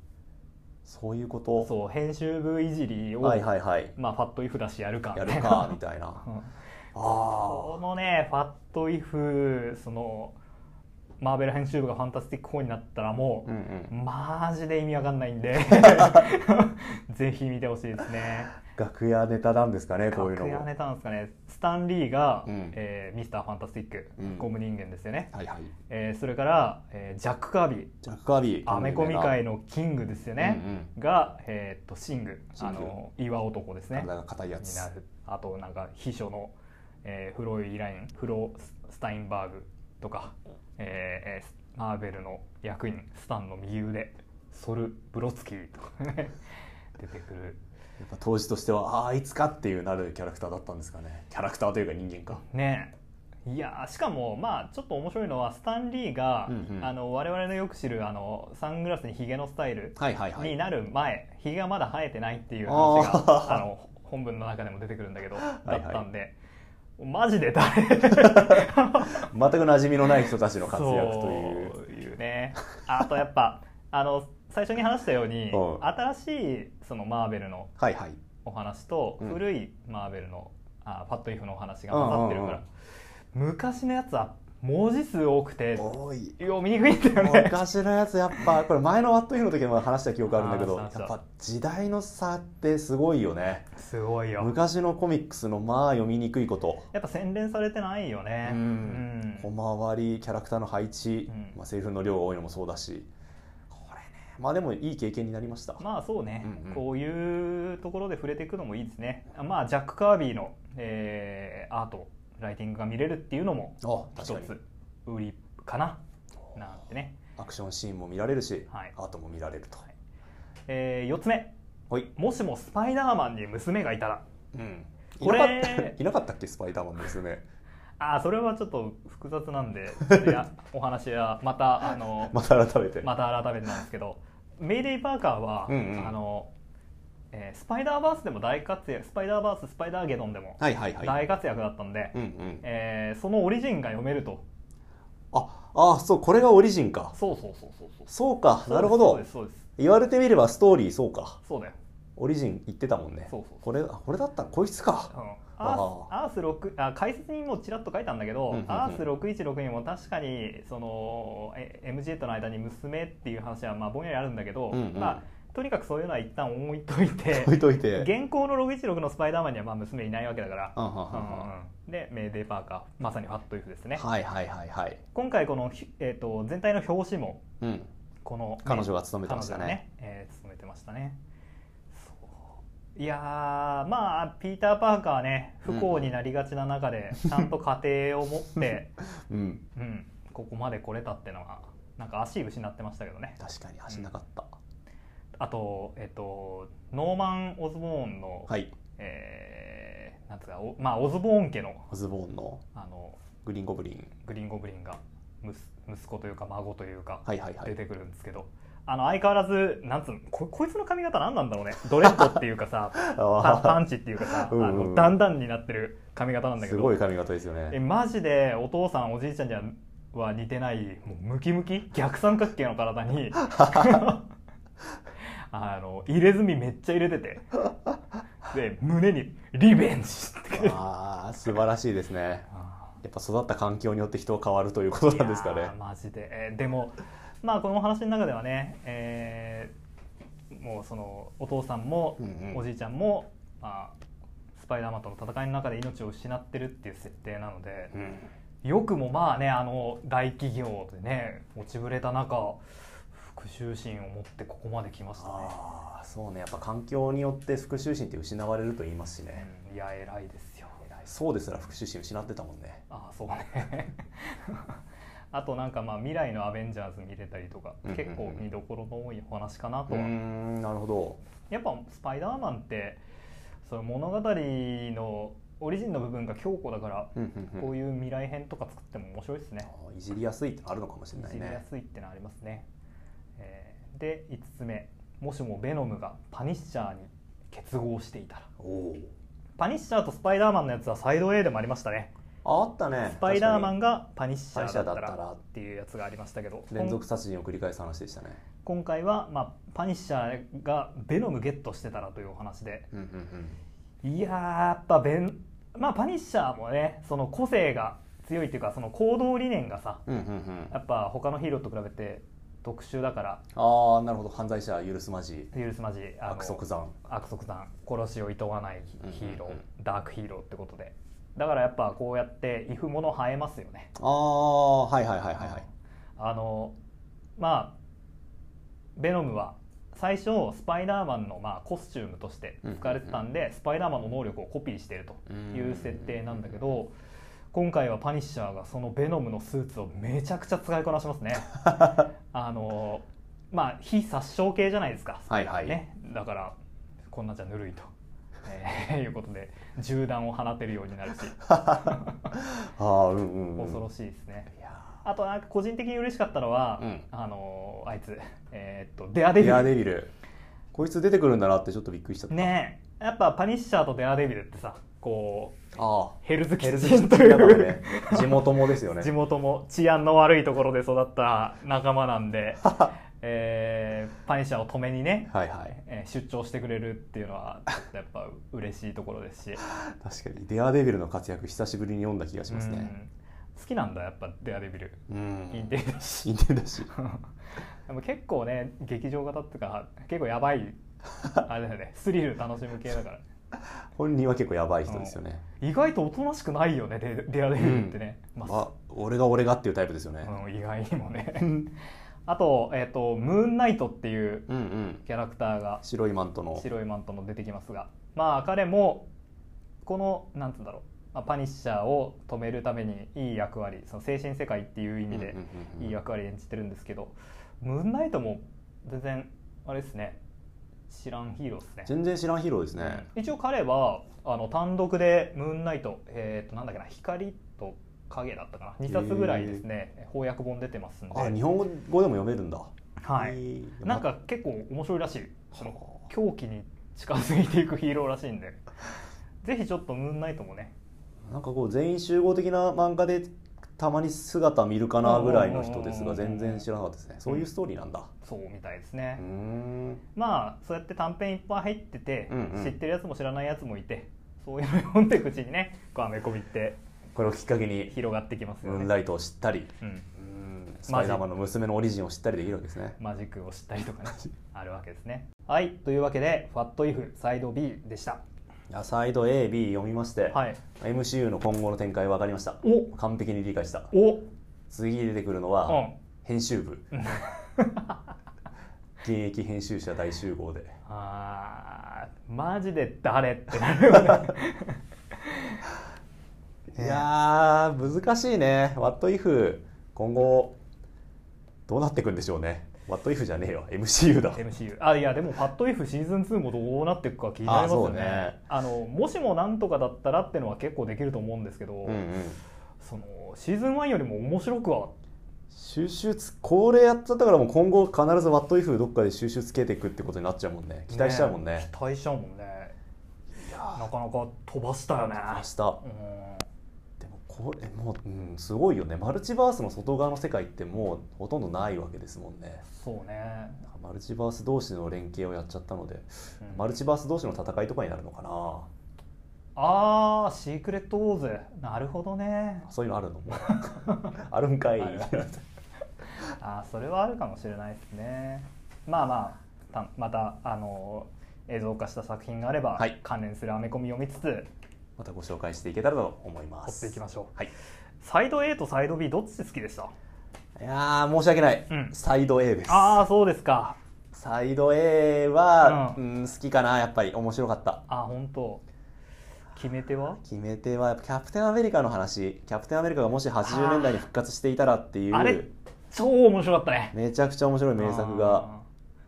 Speaker 2: そういうこ
Speaker 1: な
Speaker 2: と
Speaker 1: そう編集部いじりを、
Speaker 2: はいはいはい
Speaker 1: まあ、ファットイフだしやるか
Speaker 2: や
Speaker 1: みた
Speaker 2: る
Speaker 1: い
Speaker 2: か
Speaker 1: な
Speaker 2: みたいな
Speaker 1: うん
Speaker 2: あ
Speaker 1: このねファットイフそのマーベル編集部がファンタスティック4になったらも
Speaker 2: あ
Speaker 1: う、
Speaker 2: うんうん
Speaker 1: <laughs> マジで意味わかんないんでぜひ見てほしいですね
Speaker 2: 楽屋ネタなんですかねこういうの
Speaker 1: 楽
Speaker 2: も
Speaker 1: 屋ネタなんですかねスタンリーが、
Speaker 2: うん
Speaker 1: えーミスターファンタスティック、
Speaker 2: うん
Speaker 1: ゴム人間ですよね、
Speaker 2: はいはい
Speaker 1: えーそれから、えージャック・カービー
Speaker 2: ジャック・アビー
Speaker 1: アメコミ界のキングですよね、
Speaker 2: うん
Speaker 1: が、えーっとシング
Speaker 2: シング
Speaker 1: あの岩男ですね
Speaker 2: 体が硬いや
Speaker 1: に
Speaker 2: つ
Speaker 1: なるあとなんか秘書の、えーフロイラインフロスタインバーグとか、えーえーマーベルの役員スタンの右腕ソル・ブロツキーとかね <laughs> 出てくる
Speaker 2: やっぱ当時としてはああいつかっていうなるキャラクターだったんですかねキャラクターというか人間か
Speaker 1: ねえいやーしかもまあちょっと面白いのはスタンリーが、
Speaker 2: うんうん
Speaker 1: あの我々のよく知るあのサングラスにヒゲのスタイル
Speaker 2: はいはいは
Speaker 1: に
Speaker 2: い
Speaker 1: なる前、ひげがまだ生えてないっていう話
Speaker 2: あ
Speaker 1: が
Speaker 2: ー
Speaker 1: あの本文の中でも出てくるんだけどだ
Speaker 2: いはい
Speaker 1: ったんで、マジで誰活
Speaker 2: 全く馴染みのない人たちの活躍という
Speaker 1: そういうねあとやっぱあの最初に話したように、
Speaker 2: うん
Speaker 1: 新しいそのマーベルの
Speaker 2: はいはい
Speaker 1: お話と、
Speaker 2: うん
Speaker 1: 古いマーベルのあファットイフのお話が混ざってるから、
Speaker 2: うん
Speaker 1: 昔のやつは文字数多くて
Speaker 2: 多い
Speaker 1: 読みにくいんだよね
Speaker 2: <laughs> 昔のやつやっぱこれ前のワットイフの時も話した記憶あるんだけど
Speaker 1: あー話した
Speaker 2: やっぱ時代の差ってすごいよね
Speaker 1: すごいよ
Speaker 2: 昔のコミックスのまあ読みにくいこと
Speaker 1: やっぱ洗練されてないよね
Speaker 2: う
Speaker 1: うん
Speaker 2: ん小回りキャラクターの配置、
Speaker 1: うん
Speaker 2: まあ、セリフの量が多いのもそうだしこれねまあでもいい経験になりました、
Speaker 1: まあそうね、
Speaker 2: うんうん
Speaker 1: こういうところで触れていくのもいいですねあまあジャック・カービーの、えーアートライティングが見れるっていうのも
Speaker 2: あ
Speaker 1: 一
Speaker 2: 確かに
Speaker 1: つ売りかななんてね、
Speaker 2: アクションシーンも見られるし、
Speaker 1: はい
Speaker 2: アートも見られると
Speaker 1: はいえ4つ目
Speaker 2: はい、
Speaker 1: もしもスパイダーマンに娘がいたら
Speaker 2: うん
Speaker 1: これ
Speaker 2: いなかった <laughs> いなかったっけスパイダーマンの娘
Speaker 1: ああそれはちょっと複雑なん
Speaker 2: <laughs>
Speaker 1: でちょっとやお話はまたあの
Speaker 2: また改めて、
Speaker 1: また改めてなんですけどメイデイ・パーカーは、
Speaker 2: うんうん
Speaker 1: あのえースパイダーバースでも大活躍スパイダーバーススパイダーゲドンでも
Speaker 2: はいはいはい
Speaker 1: 大活躍だったんで、
Speaker 2: うんうん
Speaker 1: えーそのオリジンが読めると
Speaker 2: ああそうこれがオリジンか
Speaker 1: そうそうそうそうそう
Speaker 2: そうかなるほ
Speaker 1: そう
Speaker 2: ど
Speaker 1: ですそうです
Speaker 2: 言われてみればストーリーそうか
Speaker 1: そうだよ、
Speaker 2: オリジン言ってたもんね
Speaker 1: そうそうそう
Speaker 2: これあこれだったこいつか
Speaker 1: うん、
Speaker 2: あ
Speaker 1: アースアース6あ解説にもちらっと書いたんだけど、
Speaker 2: うんうんうん
Speaker 1: アース616にも確かにそのえ MJ との間に娘っていう話はまあぼんやりあるんだけど、
Speaker 2: うんうん
Speaker 1: まあ、とにかくそういうのは一旦置いといて
Speaker 2: 置いといて
Speaker 1: 現行の616のスパイダーマンにはまあ娘いないわけだから、
Speaker 2: うんうんうん
Speaker 1: う
Speaker 2: う
Speaker 1: んうん
Speaker 2: ん
Speaker 1: うんでメイデー・パーカーまさにファット・イフですね、
Speaker 2: はいはいはいはい、
Speaker 1: 今回このひ、えー、と全体の表紙も
Speaker 2: うん、
Speaker 1: この
Speaker 2: 彼女が勤めて
Speaker 1: 彼
Speaker 2: ました
Speaker 1: 女
Speaker 2: ね
Speaker 1: がね、えー勤めてましたねそういやーまあピーター・パーカーはね不幸になりがちな中で、ちゃんと家庭を持
Speaker 2: <laughs>
Speaker 1: って、
Speaker 2: うん
Speaker 1: うん、ここまで来れたってのはなんか足失ってましたけどね
Speaker 2: 確かに足なかった、
Speaker 1: あとえっ、とノーマン・オズボーンの、
Speaker 2: はい
Speaker 1: えーなんつうかおまあオズボーン家の
Speaker 2: オズボーンの
Speaker 1: あの
Speaker 2: グリーンゴブリン
Speaker 1: グリーン・ゴブリンが息息子というか孫というか
Speaker 2: はいはいは
Speaker 1: 出
Speaker 2: い
Speaker 1: てくるんですけど、あの相変わらずなんつうのここいつの髪型何なんだろうねドレッドっていうかさパ
Speaker 2: <laughs> あ
Speaker 1: パンチっていうかさ、
Speaker 2: うんうん
Speaker 1: あのだんだんになってる髪型なん
Speaker 2: ー
Speaker 1: だけ
Speaker 2: す
Speaker 1: ど
Speaker 2: ごい髪型ですよ
Speaker 1: え
Speaker 2: ね
Speaker 1: マジでお父さんおじいちゃんにはは似てないもうムキムキ逆三角形の体
Speaker 2: <laughs>
Speaker 1: にあの入れ墨めっちゃ入れててで胸に「リベンジ」って書いて
Speaker 2: あー素晴らしいですね
Speaker 1: あ
Speaker 2: やっぱ育った環境によって人は変わるということなんですか
Speaker 1: い
Speaker 2: ね
Speaker 1: やーマジで、えーでもまあこのお話の中ではね、えーもうそのお父さんも
Speaker 2: うんうん
Speaker 1: おじいちゃんも、まあ、スパイダーマンとの戦いの中で命を失ってるっていう設定なので、
Speaker 2: うん
Speaker 1: よくもまあねあの大企業でね落ちぶれた中復讐心を持ってここまで来ましたね、
Speaker 2: ああそうねやっぱ環境によって復讐心って失われると言いますしね、
Speaker 1: うんいや偉いですよ
Speaker 2: そうですら復讐心失ってたもんね
Speaker 1: ああそうね <laughs> あとなんかまあ未来のアベンジャーズ見れたりとか、
Speaker 2: うんうんうん
Speaker 1: 結構見どころの多いお話かなと
Speaker 2: うー
Speaker 1: は、
Speaker 2: んなるほど
Speaker 1: やっぱスパイダーマンってその物語のオリジンの部分が強固だから、こう
Speaker 2: い
Speaker 1: いう未来編とか作っても面白いですね、
Speaker 2: いじりやすいってあるのかもしれない
Speaker 1: いじりや
Speaker 2: ね
Speaker 1: すいってのはありますね、えーで5つ目もしもベノムがパニッシャーに結合していたら
Speaker 2: おおー
Speaker 1: パニッシャーとスパイダーマンのやつはサイド A でもありましたね
Speaker 2: ああったね
Speaker 1: スパイダーマ
Speaker 2: ン
Speaker 1: ンがパニッシャーだった
Speaker 2: パニッシャーだったら
Speaker 1: らっていうやつがありましたけど
Speaker 2: 連続殺人を繰り返す話でしたね
Speaker 1: こん今回は、まあ、パニッシャーがベノムゲットしてたらというお話で
Speaker 2: うんうんうん
Speaker 1: いやーやっぱベン、まあ、パニッシャーもねその個性が強いというかその行動理念がさ
Speaker 2: うんうんうん
Speaker 1: やっぱ他のヒーローと比べて特集だから
Speaker 2: ああなるほど犯罪者許すまじ
Speaker 1: 許すまじあの
Speaker 2: 悪徳残
Speaker 1: 悪徳さん殺しを厭わないヒーロー、
Speaker 2: うんうん
Speaker 1: ダークヒーローってことでだからやっぱこうやってイフもの生えますよね
Speaker 2: ああはいはいはいはいはい
Speaker 1: あのまあベノムは最初スパイダーマンのまあコスチュームとして使われてたんで、スパイダーマンの能力をコピーしているという設定なんだけど今回はパニッシャーがそのベノムのスーツをめちゃくちゃ使いこなします <laughs> ねあのまあ非殺傷系じゃないですか
Speaker 2: はいはい
Speaker 1: ね、だからこんなんじゃぬるいと、えーいうことで銃弾を放てるようになるし
Speaker 2: ああうんうんうん
Speaker 1: 恐ろしいですね
Speaker 2: いや
Speaker 1: あとなんか個人的に嬉しかったのは、
Speaker 2: うん
Speaker 1: あのーあいつ、えーっとデア
Speaker 2: ー
Speaker 1: デビ
Speaker 2: デア
Speaker 1: ル
Speaker 2: デビルこいつ出てくるんだなってちょっとびっくりしちゃった
Speaker 1: ねえやっぱパニッシャーとデアデビルってさこう
Speaker 2: ああ
Speaker 1: ヘルズキ
Speaker 2: ヘル
Speaker 1: ッ
Speaker 2: ズ
Speaker 1: チンと
Speaker 2: キ
Speaker 1: い
Speaker 2: ッチンだから
Speaker 1: う
Speaker 2: ね、地元もですよ
Speaker 1: <laughs>
Speaker 2: ね
Speaker 1: 地元も治安の悪いところで育った仲間なん
Speaker 2: <laughs>
Speaker 1: で、えーパニッシャーを止めにね、
Speaker 2: はいはい
Speaker 1: えー出張してくれるっていうのはちょっとやっぱ嬉しいところですし
Speaker 2: 確かにデアデビルの活躍久しぶりに読んだ気がします
Speaker 1: う
Speaker 2: ね
Speaker 1: ん好きなんだやっぱデアデビル
Speaker 2: うん
Speaker 1: インテリだし
Speaker 2: インテリだし
Speaker 1: でも結構ね劇場型っていうか結構やば <laughs> いあれだよねスリル楽しむ系だから
Speaker 2: 本人は結構やばい人ですよね
Speaker 1: 意外とおとなしくないよねデデアデビルってね、まあ
Speaker 2: あ俺が俺がっていうタイプですよね
Speaker 1: うん意外にもね
Speaker 2: ん
Speaker 1: あと,、えー、とムーンナイトっていう
Speaker 2: うんうん
Speaker 1: キャラクターが
Speaker 2: 白いマントの
Speaker 1: 白いマントの出てきますがまあ彼もこのなんつうんだろうまあパニッシャーを止めるためにいい役割その精神世界っていう意味で
Speaker 2: うんうんうんうん
Speaker 1: いい役割演じてるんですけど、ムーンナイトも全然あれですね知らんヒーローですね
Speaker 2: 全然知らんヒーローですね
Speaker 1: 一応彼はあの単独で「ムーンナイト」えー、となんだっけな光と影だったかな2冊ぐらいですね、翻訳本出てますんで
Speaker 2: あ日本語でも読めるんだ
Speaker 1: はい
Speaker 2: い
Speaker 1: なんか結構面白いらしいその
Speaker 2: はあ
Speaker 1: 狂気に近づいていくヒーローらしいんでぜひちょっと「ムーンナイト」もね
Speaker 2: なんかこう全員集合的な漫画でたまに姿見るかなぐらいの人です
Speaker 1: う
Speaker 2: が
Speaker 1: んうんうんうん
Speaker 2: 全然知らなかったですねそういうストーリーなんだ
Speaker 1: そうみたいです
Speaker 2: う
Speaker 1: ね
Speaker 2: ー、ん
Speaker 1: まあそうやって短編いっぱい入ってて、
Speaker 2: うんうん
Speaker 1: 知ってるやつも知らないやつもいてそういうのを読んでいくうちにねこうアメコミって
Speaker 2: これをきっかけに
Speaker 1: 広がってきますよ
Speaker 2: ムー
Speaker 1: ね、
Speaker 2: ンライトを知ったり
Speaker 1: うん
Speaker 2: うーんスパイダーマンの娘のオリジンを知ったりできるわけですね
Speaker 1: マジックを知ったりとかねあるわけですねはいというわけで「ファットイフサイド B」でした
Speaker 2: いやサイド AB 読みまして
Speaker 1: はい
Speaker 2: MCU の今後の展開分かりました
Speaker 1: お
Speaker 2: 完璧に理解した
Speaker 1: お
Speaker 2: 次に出てくるの
Speaker 1: う
Speaker 2: は
Speaker 1: ん
Speaker 2: 編集部 <laughs> 現役編集者大集合で
Speaker 1: あーマジで誰ってなる
Speaker 2: <laughs>
Speaker 1: よね
Speaker 2: いやー難しいね What if 今後どうなっていくんでしょうね What if じゃねえよ MCU だ
Speaker 1: MCU あいやでも「ファットイフシーズン2もどうなっていくか気になりますよね
Speaker 2: あ
Speaker 1: あのもしもなんとかだったらってのは結構できると思うんですけど、
Speaker 2: うんうん
Speaker 1: そのシーズン1よりも面白くは
Speaker 2: 収集つこれやっちゃったからもう今後必ず What if どっかで収集つけていくってことになっちゃうもんね期待しちゃうもんね
Speaker 1: 期待しちゃうもんね
Speaker 2: いや
Speaker 1: なかなか飛ばしたよね
Speaker 2: 明日
Speaker 1: うん
Speaker 2: でもこれもう、うん、すごいよねマルチバースの外側の世界ってもうほとんどないわけですもんね
Speaker 1: そうね、
Speaker 2: マルチバース同士の連携をやっちゃったので
Speaker 1: うん
Speaker 2: マルチバース同士の戦いとかになるのかな
Speaker 1: あーシークレットウォーズなるほどね
Speaker 2: そういうのあるの <laughs> あるんかい
Speaker 1: あるあるあーそれはあるかもしれないですねまあまあたまたあの映像化した作品があれば、
Speaker 2: はい
Speaker 1: 関連するアメコミを見つつ
Speaker 2: またご紹介していけたらと思いま
Speaker 1: 追っ
Speaker 2: す
Speaker 1: ていきましょう
Speaker 2: はい
Speaker 1: サイド A とサイド B どっち好きでした
Speaker 2: いやー申し訳ない、
Speaker 1: うん
Speaker 2: サイド A です
Speaker 1: ああそうですか
Speaker 2: サイド A は、
Speaker 1: う
Speaker 2: うん、好きかなやっぱり面白かった
Speaker 1: あー本当決め手は
Speaker 2: 決め手はやっぱキャプテンアメリカの話キャプテンアメリカがもし80年代に復活していたらっていう
Speaker 1: あれ超面白かったね
Speaker 2: めちゃくちゃ面白い名作が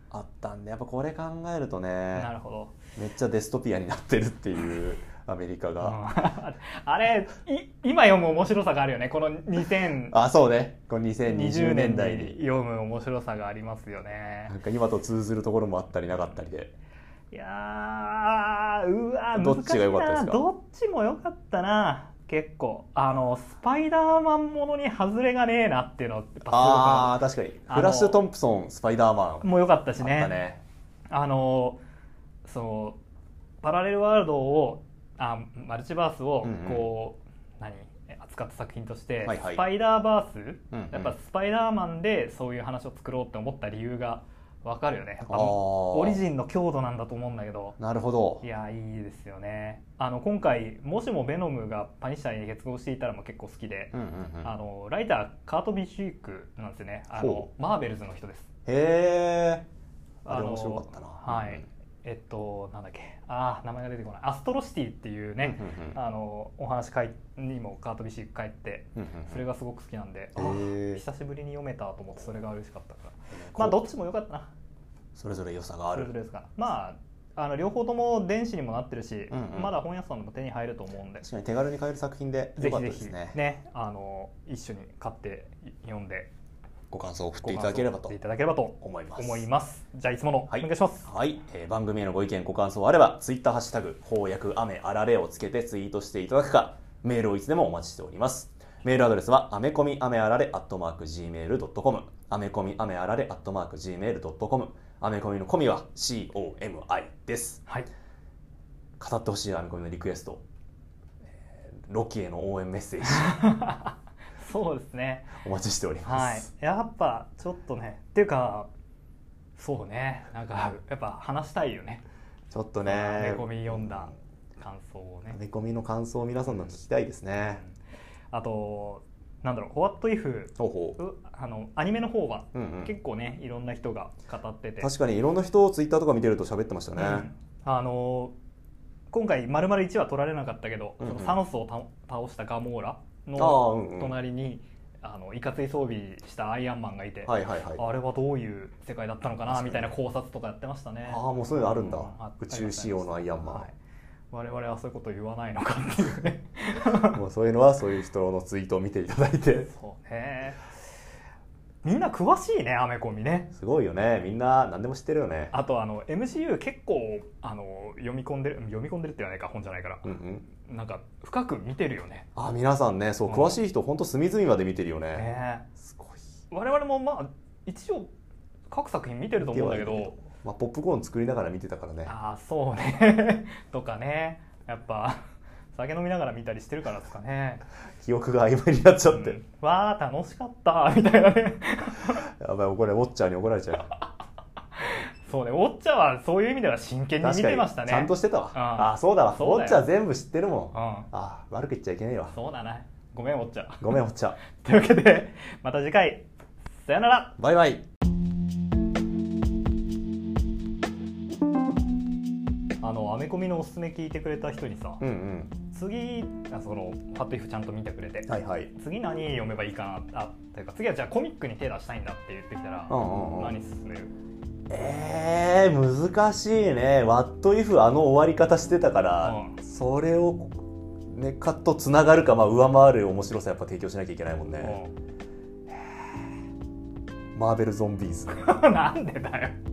Speaker 2: あったんでやっぱこれ考えると
Speaker 1: あーな
Speaker 2: ね
Speaker 1: るほど
Speaker 2: めっちゃデストピアになってるっていうアメリカ
Speaker 1: うん <laughs>
Speaker 2: が、
Speaker 1: あれい今読む面白さがあるよねこの2020
Speaker 2: あそうねこの2020年代
Speaker 1: 年に
Speaker 2: に
Speaker 1: 読む面白さがありますよね
Speaker 2: なんか今と通ずるところもあったりなかったりで
Speaker 1: いやーうわー
Speaker 2: どっちが良かったですか
Speaker 1: 難しいなどっちも良かったな結構あのスパイダーマンものに外れがねえなっていうのはやっ
Speaker 2: ああ
Speaker 1: ぱ
Speaker 2: 確かに
Speaker 1: あの
Speaker 2: フラッシュ・トンプソンスパイダーマンあ
Speaker 1: すごくもう良かったし
Speaker 2: った
Speaker 1: ね
Speaker 2: ね
Speaker 1: あのそのパラレルワールドをあマルチバースを
Speaker 2: うんうん
Speaker 1: こう、何扱った作品として、
Speaker 2: はいはい
Speaker 1: スパイダーバース、
Speaker 2: うんうん
Speaker 1: やっぱスパイダーマンでそういう話を作ろうって思った理由がわかるよねやっぱ
Speaker 2: あー
Speaker 1: オリジンの強度なんだと思うんだけど
Speaker 2: なるほど
Speaker 1: いやいいですよねあの今回もしもベノムがパニッシャーに結合していたらも結構好きで、
Speaker 2: うんうんうん
Speaker 1: あのライターカート・ビシュークなんですよねあの
Speaker 2: ほ
Speaker 1: マーベルズの人です
Speaker 2: へえあ
Speaker 1: あ
Speaker 2: れ
Speaker 1: の
Speaker 2: 面白かったな
Speaker 1: はい、えっとなんだっけああ名前が出てこないアストロシティっていうね、
Speaker 2: うんうんうん
Speaker 1: あのお話かいにもカートビシー帰って
Speaker 2: うんうんうん
Speaker 1: それがすごく好きなんで、あ
Speaker 2: へー
Speaker 1: 久しぶりに読めたと思ってそれが嬉しかったから
Speaker 2: こ
Speaker 1: ま
Speaker 2: う
Speaker 1: あどっちも良かったな
Speaker 2: それぞれ良さがあ
Speaker 1: それ
Speaker 2: る
Speaker 1: ぞれですからまああの両方とも電子にもなってるし、
Speaker 2: うんうん
Speaker 1: まだ本屋さんでも手に入ると思うんで
Speaker 2: 確かに手軽に買える作品で
Speaker 1: ぜ
Speaker 2: 良かっ
Speaker 1: ひ
Speaker 2: た
Speaker 1: ぜ
Speaker 2: で
Speaker 1: ひ
Speaker 2: す
Speaker 1: ね
Speaker 2: ね
Speaker 1: あの一緒に買って読んで
Speaker 2: ご感想を送っ
Speaker 1: ご
Speaker 2: てい
Speaker 1: 感想を
Speaker 2: ただければと
Speaker 1: 送っていただければと
Speaker 2: 思います
Speaker 1: 思いますじゃあいつもの、
Speaker 2: はい
Speaker 1: お願いします
Speaker 2: はい、えー番組へのご意見ご感想あればツイッターハッシュタグ翻訳雨あられをつけてツイートしていただくかメールをいつでもお待ちしておりますメールアドレスはアメコミアメあられアットマーク Gmail.com アメコミアメあられアットマーク Gmail.com アメコミのコミは COMI です
Speaker 1: はい
Speaker 2: 語ってほしいアメコミのリクエストえーロキへの応援メッセ
Speaker 1: <laughs>
Speaker 2: ージ
Speaker 1: そうですね
Speaker 2: お待ちしておりま
Speaker 1: はい
Speaker 2: す、、
Speaker 1: やっぱちょっとねっていうかそうねなんかやっぱ話したいよね
Speaker 2: ちょっと
Speaker 1: アメ
Speaker 2: ね
Speaker 1: コミ読んだ感想を
Speaker 2: ア
Speaker 1: ね
Speaker 2: メコミの感想を皆さんの聞きたいですね、
Speaker 1: あとなんだろう「What If
Speaker 2: ほうほう
Speaker 1: う」あのアニメの方は
Speaker 2: うんうん
Speaker 1: 結構ねいろんな人が語ってて
Speaker 2: 確かにいろんな人をツイッターとか見てると喋ってましたね、
Speaker 1: うんあの今回丸々1話取られなかったけど、
Speaker 2: うんうん
Speaker 1: そのサノスをた倒したガモーラ
Speaker 2: あーう
Speaker 1: の
Speaker 2: んうん
Speaker 1: 隣にあのいかつい装備したアイアンマンがいて、
Speaker 2: はいはいはい
Speaker 1: あれはどういう世界だったのか
Speaker 2: 確
Speaker 1: な
Speaker 2: かに
Speaker 1: みたいな考察とかやってましたね。
Speaker 2: ああもうそういうのあるんだ、
Speaker 1: うあ
Speaker 2: 宇宙仕様のアイアンマン、
Speaker 1: はい我々はそういうことを言わないのかっていう
Speaker 2: <laughs>
Speaker 1: ね。
Speaker 2: もうそういうのはそういう人のツイートを見ていただいて
Speaker 1: そうね。みんな詳しいね、アメコミね。
Speaker 2: すごいよねみんな何でも知ってるよね
Speaker 1: あとあの MCU 結構あの読み込んでる読み込んでるって言わないか本じゃないから、
Speaker 2: うんうん
Speaker 1: なんか深く見てるよね。
Speaker 2: あー皆さんねそう
Speaker 1: うん
Speaker 2: 詳しい人本当隅々まで見てるよね
Speaker 1: ね
Speaker 2: すごい
Speaker 1: 我々もまあ一応各作品見てると思うんだけ
Speaker 2: 見てはいる
Speaker 1: ど、
Speaker 2: まあ、ポップコーン作りながら見てたからね
Speaker 1: ああそうね <laughs> とかね、やっぱ酒飲みながら見たりしてるからですかね。
Speaker 2: 記憶が曖昧になっちゃって、
Speaker 1: うんわあ楽しかった <laughs> みたいなね
Speaker 2: やばいこれウォッチャーに怒られちゃ
Speaker 1: そうねウォッチャーはそういう意味では真
Speaker 2: う
Speaker 1: 剣に見
Speaker 2: 確か
Speaker 1: て
Speaker 2: に
Speaker 1: ましたね
Speaker 2: ちゃんとしてたわ
Speaker 1: うん
Speaker 2: ああそうだわ
Speaker 1: そう
Speaker 2: ウ
Speaker 1: だよ
Speaker 2: ォッチャー全部知ってるもんあ
Speaker 1: うん
Speaker 2: あー悪く言っちゃいけねえわ
Speaker 1: そうだなごめんウォッチャー <laughs>
Speaker 2: ごめんウォッチャー
Speaker 1: というわけでまた次回さよなら
Speaker 2: バイバイ
Speaker 1: あのアメコミのおすすめ聞いてくれた人にさ、
Speaker 2: うん
Speaker 1: 次あその「ファットイフちゃんと見てくれて、
Speaker 2: うんはいはい
Speaker 1: 次何読めばいいかなあというか次はじゃあコミックに手出したいんだって言ってきたら、
Speaker 2: うんうんうん
Speaker 1: 何進める
Speaker 2: えー、難しいね「What if」あの終わり方してたから、
Speaker 1: うん
Speaker 2: それを、ね、カットつながるか、まあ、上回る面白さやっぱ提供しなきゃいけないもんね、マーベルゾンビーズ
Speaker 1: うん <laughs> なんでだよ